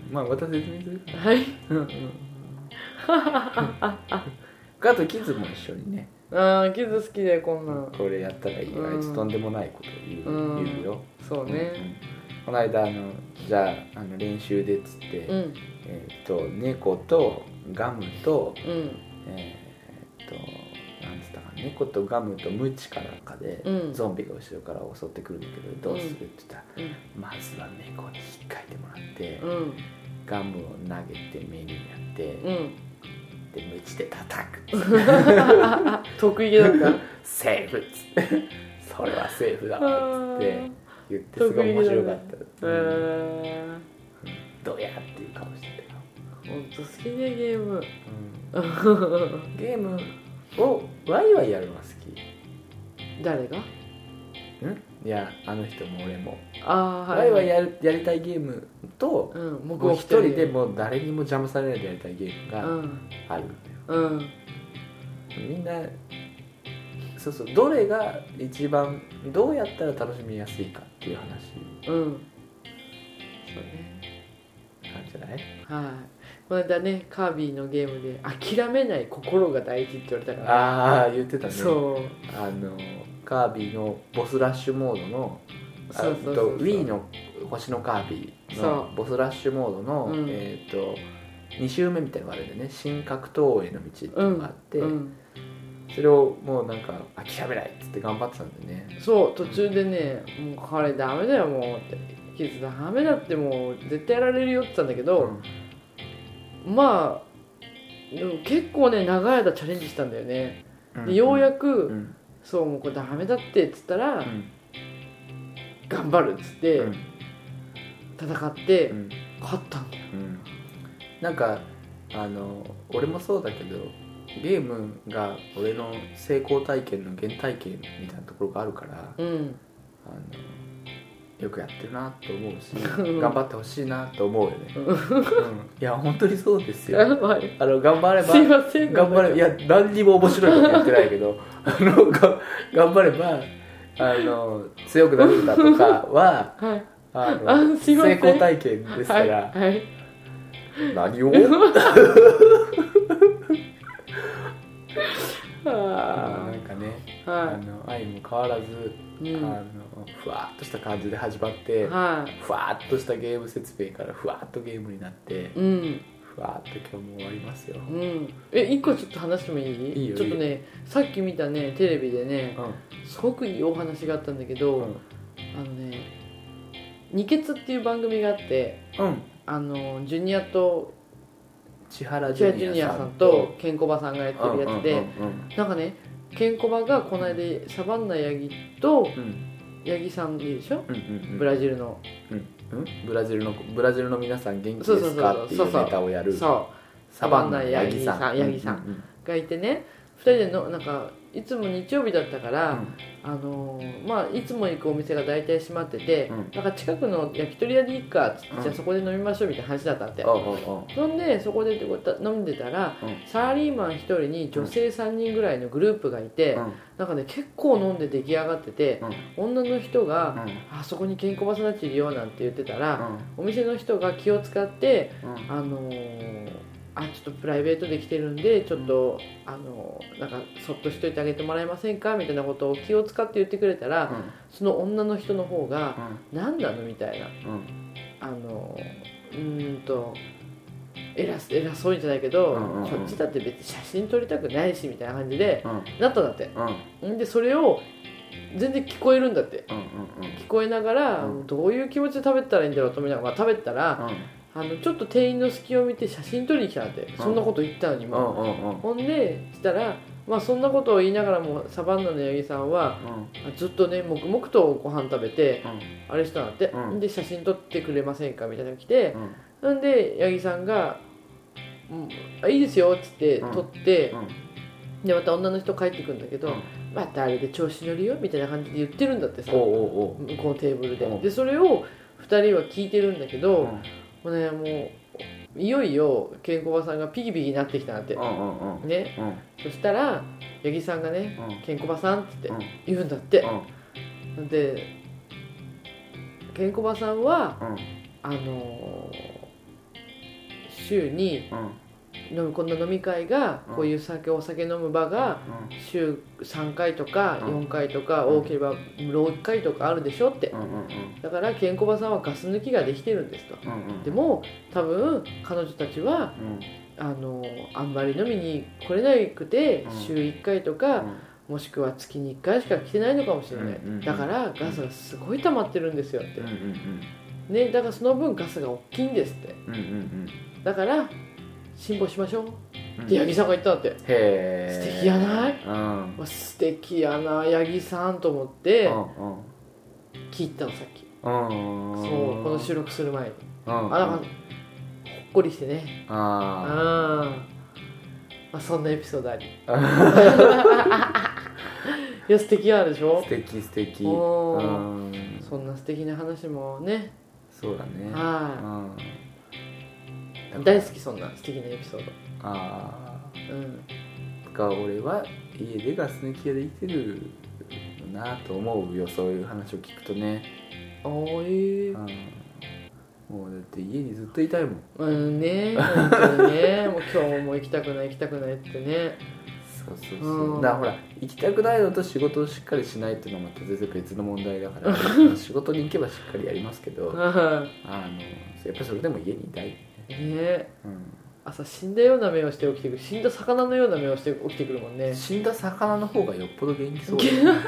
Speaker 3: まあまた説明する
Speaker 4: はい
Speaker 3: うんうんあとキズも一緒にね、
Speaker 4: ああキズ好きでこんなん
Speaker 3: これやったらいいよあいつとんでもないこと言う,、
Speaker 4: うん
Speaker 3: 言うよ、
Speaker 4: そうね
Speaker 3: うんうんこの間あのじゃああの練習でっつって、
Speaker 4: うん
Speaker 3: えーっと猫とガムと
Speaker 4: うん
Speaker 3: えーっとなんつったかな猫とガムとムチかなんかで、
Speaker 4: うん
Speaker 3: ゾンビが後ろから襲ってくるんだけどどうするって言ったら、
Speaker 4: うん
Speaker 3: まずは猫に引っかいてもらって、
Speaker 4: うん
Speaker 3: ガムを投げて目にやって、
Speaker 4: うん
Speaker 3: でムチで叩く
Speaker 4: 得意げだった
Speaker 3: セーフっつってそれはセーフだわっ
Speaker 4: あ
Speaker 3: つって
Speaker 4: ー
Speaker 3: 言ってすごい面白かった、うん
Speaker 4: え
Speaker 3: どうやっていう顔してたよ、
Speaker 4: ー、ほんと好きねゲーム
Speaker 3: うんゲームをワイワイやるのが好き
Speaker 4: 誰が
Speaker 3: いやあの人も俺も
Speaker 4: ああ
Speaker 3: ワイワイやるやりたいゲームと
Speaker 4: うん僕
Speaker 3: もう
Speaker 4: も
Speaker 3: 一人でもう誰にも邪魔されないでやりたいゲーム
Speaker 4: う
Speaker 3: が
Speaker 4: ん
Speaker 3: ある、
Speaker 4: うん
Speaker 3: みんなそうそうどれが一番どうやったら楽しみやすいかっていう話
Speaker 4: うんそうね
Speaker 3: なんじゃない
Speaker 4: はいこの間ねカービィのゲームで「諦めない心が大事」って言われたから
Speaker 3: ああ言ってたね
Speaker 4: そう
Speaker 3: あのカービィのボスラッシュモードのあ
Speaker 4: そうそうそう
Speaker 3: えっと Wii の星のカービィの
Speaker 4: そ
Speaker 3: ボスラッシュモードの、
Speaker 4: うん
Speaker 3: えっと2周目みたいなのがあるんだよね新格闘への道っていうのがあって、
Speaker 4: うん、
Speaker 3: それをもうなんか諦めないっつって頑張ってたんだよね
Speaker 4: そう途中でね「もうこれダメだよもう」って「キズダメだってもう絶対やられるよ」って言ったんだけど、まあでも結構ね長い間チャレンジしたんだよね、
Speaker 3: うん
Speaker 4: でようやく、
Speaker 3: うん
Speaker 4: そうもうこれダメだってっつったら、
Speaker 3: うん
Speaker 4: 頑張るっつって、
Speaker 3: うん
Speaker 4: 戦って、
Speaker 3: うん
Speaker 4: 勝ったんだよ
Speaker 3: うんなんかあの俺もそうだけどゲームが俺の成功体験の原体験みたいなところがあるから
Speaker 4: うん
Speaker 3: あのよくやってるなと思うし
Speaker 4: うん
Speaker 3: 頑張ってほしいなと思うよね、
Speaker 4: う
Speaker 3: うん、いや本当にそうです
Speaker 4: や
Speaker 3: よ
Speaker 4: ばい
Speaker 3: あの頑張れば
Speaker 4: すいません
Speaker 3: 頑張れいや何にも面白いことやってないけど [LAUGHS] あのが頑張ればあの強くなるんだとか
Speaker 4: [LAUGHS]
Speaker 3: は
Speaker 4: はい
Speaker 3: あの
Speaker 4: あすいま
Speaker 3: 成
Speaker 4: せん
Speaker 3: 功体験ですか
Speaker 4: はい
Speaker 3: ら、
Speaker 4: はい
Speaker 3: 何をな
Speaker 4: は
Speaker 3: んかね
Speaker 4: い
Speaker 3: あ
Speaker 4: は
Speaker 3: の愛も変わらず、
Speaker 4: い、う
Speaker 3: あ
Speaker 4: ん、
Speaker 3: のふわっとした感じで始まって、
Speaker 4: は
Speaker 3: ふわっとしたゲーム説明からふわっとゲームになって
Speaker 4: いうん
Speaker 3: ふわっと今日も終わりますよ、
Speaker 4: うん、え一個ちょっと話してもいい
Speaker 3: いいよ
Speaker 4: ちょっとねさっき見たねテレビでね
Speaker 3: う
Speaker 4: すごくいいお話があったんだけど、
Speaker 3: ん
Speaker 4: あのね「二血」っていう番組があって
Speaker 3: うん
Speaker 4: あのジュニアと
Speaker 3: 千原ジ
Speaker 4: 千
Speaker 3: ュ
Speaker 4: 葉ジュ
Speaker 3: ニ
Speaker 4: ニア
Speaker 3: アさ
Speaker 4: さ
Speaker 3: ん
Speaker 4: ん
Speaker 3: と
Speaker 4: とケンコバさんがやって
Speaker 3: うん
Speaker 4: るやつで、
Speaker 3: うんうん
Speaker 4: なんかねケンコバがこの間サバンナ八木と
Speaker 3: うんうん
Speaker 4: 八木さんでいいでしょ
Speaker 3: うんうんうん
Speaker 4: ブラジルの、
Speaker 3: うん、ブラジルのブラジルの皆さん元気ですか
Speaker 4: そうそうそう
Speaker 3: っていうネタをやる
Speaker 4: そう
Speaker 3: サバンナ
Speaker 4: サバンナ
Speaker 3: ヤギさん
Speaker 4: ヤギさん
Speaker 3: うう
Speaker 4: がいてね2人でのなんかいつも日曜日だったから、
Speaker 3: うん
Speaker 4: あのーまあ、いつも行くお店が大体閉まってて、
Speaker 3: うん
Speaker 4: なんか近くの焼き鳥屋に行くかっつって、
Speaker 3: うん
Speaker 4: じゃあそこで飲みましょうみたいな話だったって
Speaker 3: うんおうおうおう
Speaker 4: そんでそこでってこと飲んでたら、
Speaker 3: うん
Speaker 4: サラリーマン1人に女性3人ぐらいのグループがいて、
Speaker 3: うん
Speaker 4: なんかね結構飲んで出来上がってて、女の人
Speaker 3: うん
Speaker 4: が「あそこにケンコバさんたちいるよ」なんて言ってたら、
Speaker 3: う
Speaker 4: お店の人が気を使って
Speaker 3: んうん
Speaker 4: あのーあちょっとプライベートで来てるんでちょっと、あのーなんかそっとしといてあげてもらえませんかみたいなことを気を使って言ってくれたら、その女の人の方が「何なの?」みたいな
Speaker 3: うんうん
Speaker 4: あのうーんと偉す偉そうじゃないけど、
Speaker 3: うんうんうん
Speaker 4: こっちだって別に写真撮りたくないしみたいな感じで
Speaker 3: うん
Speaker 4: なったんだって
Speaker 3: うん
Speaker 4: んでそれを全然聞こえるんだって
Speaker 3: うんうん
Speaker 4: 聞こえながら、
Speaker 3: うん
Speaker 4: どういう気持ちで食べたらいいんだろうと思いながら食べてたら、あのちょっと店員の隙を見て写真撮りに来たんだって、そんなこと言ったのに
Speaker 3: うんうん
Speaker 4: も、
Speaker 3: うんうん
Speaker 4: ほんでしたらまあそんなことを言いながらもサバンナの八木さんはずっとね黙々とご飯食べてあれしたんだって、
Speaker 3: うん
Speaker 4: で写真撮ってくれませんかみたいなの来て、
Speaker 3: うん
Speaker 4: なんで八木さんが「うんあいいですよ」っつって
Speaker 3: うん
Speaker 4: 撮って、
Speaker 3: うん
Speaker 4: でまた女の人帰ってくるんだけど、
Speaker 3: うん
Speaker 4: またあれで調子乗りよみたいな感じで言ってるんだってさ
Speaker 3: おう
Speaker 4: 向
Speaker 3: おう
Speaker 4: こうのテーブルで、
Speaker 3: うん
Speaker 4: でそれを2人は聞いてるんだけど、
Speaker 3: おう
Speaker 4: もうねもういよいよケンコバさんがピキピキになってきたなって
Speaker 3: うん、うんうんうん
Speaker 4: ね
Speaker 3: うん
Speaker 4: そしたら八木さんがね
Speaker 3: うん
Speaker 4: 「ケンコバさん」っつって
Speaker 3: うん
Speaker 4: 言うんだって、
Speaker 3: うん
Speaker 4: でケンコバさんは
Speaker 3: うん
Speaker 4: あのー週に
Speaker 3: うん
Speaker 4: 飲みこの飲み会が
Speaker 3: うん
Speaker 4: こういう酒お酒飲む場が週3回とか
Speaker 3: うん
Speaker 4: 4回とか
Speaker 3: うん
Speaker 4: 多ければ6回とかあるでしょって
Speaker 3: うんうんうん
Speaker 4: だからケンコバさんはガス抜きができてるんですと
Speaker 3: うんうん
Speaker 4: でも多分彼女たちは
Speaker 3: うん
Speaker 4: あのあんまり飲みに来れなくて
Speaker 3: うん
Speaker 4: 週1回とかもしくは月に1回しか来てないのかもしれな
Speaker 3: うんうんうん
Speaker 4: いだからガスがすごい溜まってるんですよって
Speaker 3: うん
Speaker 4: ねだからその分ガスが大きいんですって
Speaker 3: うんうんうんうん
Speaker 4: だから辛抱しましょう
Speaker 3: うん
Speaker 4: って八木さんが言ったんだって
Speaker 3: へえ
Speaker 4: 素敵やない
Speaker 3: うん
Speaker 4: わ素敵やな八木さんと思って
Speaker 3: うん
Speaker 4: 聞いたのさっき
Speaker 3: うんうん
Speaker 4: そうこの収録する前に
Speaker 3: うん
Speaker 4: あなんかほっこりしてねう
Speaker 3: あ
Speaker 4: んまあそんなエピソード
Speaker 3: [LAUGHS]
Speaker 4: ありいや素敵やでし
Speaker 3: ー
Speaker 4: ょ
Speaker 3: 素敵素敵
Speaker 4: おー
Speaker 3: うん
Speaker 4: そんな素敵な話もね
Speaker 3: そうだね
Speaker 4: は
Speaker 3: う
Speaker 4: い
Speaker 3: ん
Speaker 4: 大好きそんな素敵なエピソード
Speaker 3: あ
Speaker 4: うん
Speaker 3: あが俺は家でガス抜きができてるなと思うよそういう話を聞くとね
Speaker 4: おーい
Speaker 3: うんもうだって家にずっといたいもん
Speaker 4: うんね本当
Speaker 3: [LAUGHS]
Speaker 4: にねもう今日も行きたくない行きたくないってね
Speaker 3: そうそうそう、
Speaker 4: うん
Speaker 3: だからほら行きたくないのと仕事をしっかりしないっていうのはまた全然別の問題だから
Speaker 4: [LAUGHS]
Speaker 3: 仕事に行けばしっかりやりますけど、
Speaker 4: う
Speaker 3: あの
Speaker 4: ん
Speaker 3: やっぱりそれでも家にいたい、
Speaker 4: ね
Speaker 3: う
Speaker 4: 朝死んだような目をして起きてくる死んだ魚のような目をして起きてくるもんね
Speaker 3: ん、死んだ魚の方がよっぽど元気そうだ
Speaker 4: [LAUGHS]
Speaker 3: よね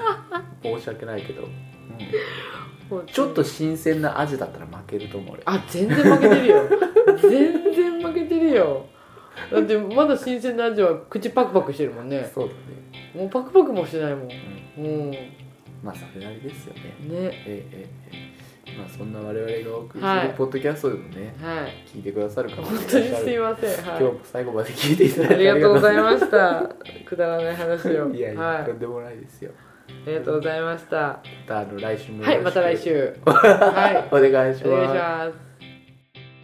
Speaker 3: 申し訳ないけど、うんちょっと新鮮なアジだったら負けると思う俺
Speaker 4: あ全然負けてるよ全然負けてるよだってまだ新鮮な味は口パクパクしてるもんね
Speaker 3: そうだね、
Speaker 4: もうパクパクもしてないもん
Speaker 3: うん、
Speaker 4: うん
Speaker 3: まあそれなりですよね
Speaker 4: ね
Speaker 3: えええええまあそんな我々が多くす
Speaker 4: はい
Speaker 3: るポッドキャストでもね、
Speaker 4: はい
Speaker 3: 聞いてくださる方もい
Speaker 4: 本
Speaker 3: らっし
Speaker 4: 当
Speaker 3: ゃ
Speaker 4: にすい
Speaker 3: る
Speaker 4: ません、
Speaker 3: 今日
Speaker 4: は
Speaker 3: も最後まで聞いていただい
Speaker 4: い、あ
Speaker 3: て
Speaker 4: りがとうござい
Speaker 3: ま
Speaker 4: ましたくだらない話を
Speaker 3: いやいや、
Speaker 4: はい
Speaker 3: と、んでもないですよ
Speaker 4: ありがとうございましたは
Speaker 3: またあの来週もよろし
Speaker 4: い
Speaker 3: く
Speaker 4: また来週は
Speaker 3: お願いし
Speaker 4: いお願い
Speaker 3: ま
Speaker 4: し
Speaker 3: す
Speaker 4: ます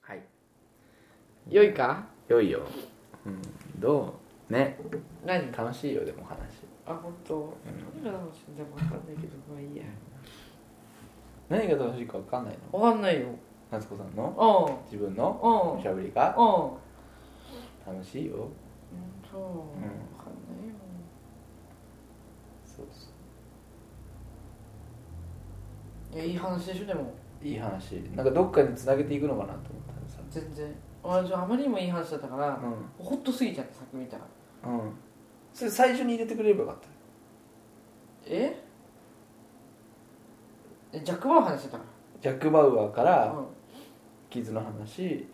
Speaker 3: はい
Speaker 4: 良いか
Speaker 3: 良いよ、うん、どうね
Speaker 4: 何
Speaker 3: 楽しいよでも話
Speaker 4: あ本当何が楽しいんだか分かんないけどまあいいや
Speaker 3: 何が楽しいか分かんないの
Speaker 4: 分かんないよ
Speaker 3: 夏子さんの
Speaker 4: うん
Speaker 3: 自分の
Speaker 4: うん
Speaker 3: おしゃべりが
Speaker 4: うん
Speaker 3: 楽しいよ
Speaker 4: そう、
Speaker 3: ん
Speaker 4: わかんないよ
Speaker 3: そうそ
Speaker 4: いやいい話でしょでも
Speaker 3: ういい話なんかどっかにつなげていくのかなと思ったらさ
Speaker 4: 全然あじゃああまりにもいい話だったから、
Speaker 3: う
Speaker 4: ホッとすぎちゃったさっき見たら
Speaker 3: んうんそれ最初に入れてくれればよかった
Speaker 4: ええジャック・バウアー話してたか
Speaker 3: ジャック・バウアーから
Speaker 4: ら、
Speaker 3: 傷の話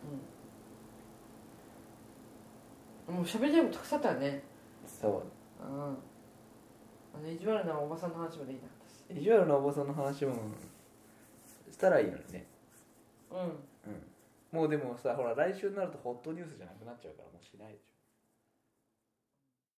Speaker 4: うん、もう喋りたいことたくさんあったらね
Speaker 3: そ
Speaker 4: うんあの意地悪なおばさんの話までいいなかったし
Speaker 3: う意地悪なおばさんの話もしたらいいのにね
Speaker 4: うん
Speaker 3: うんもうでもさほら来週になるとホットニュースじゃなくなっちゃうからもうしないでしょ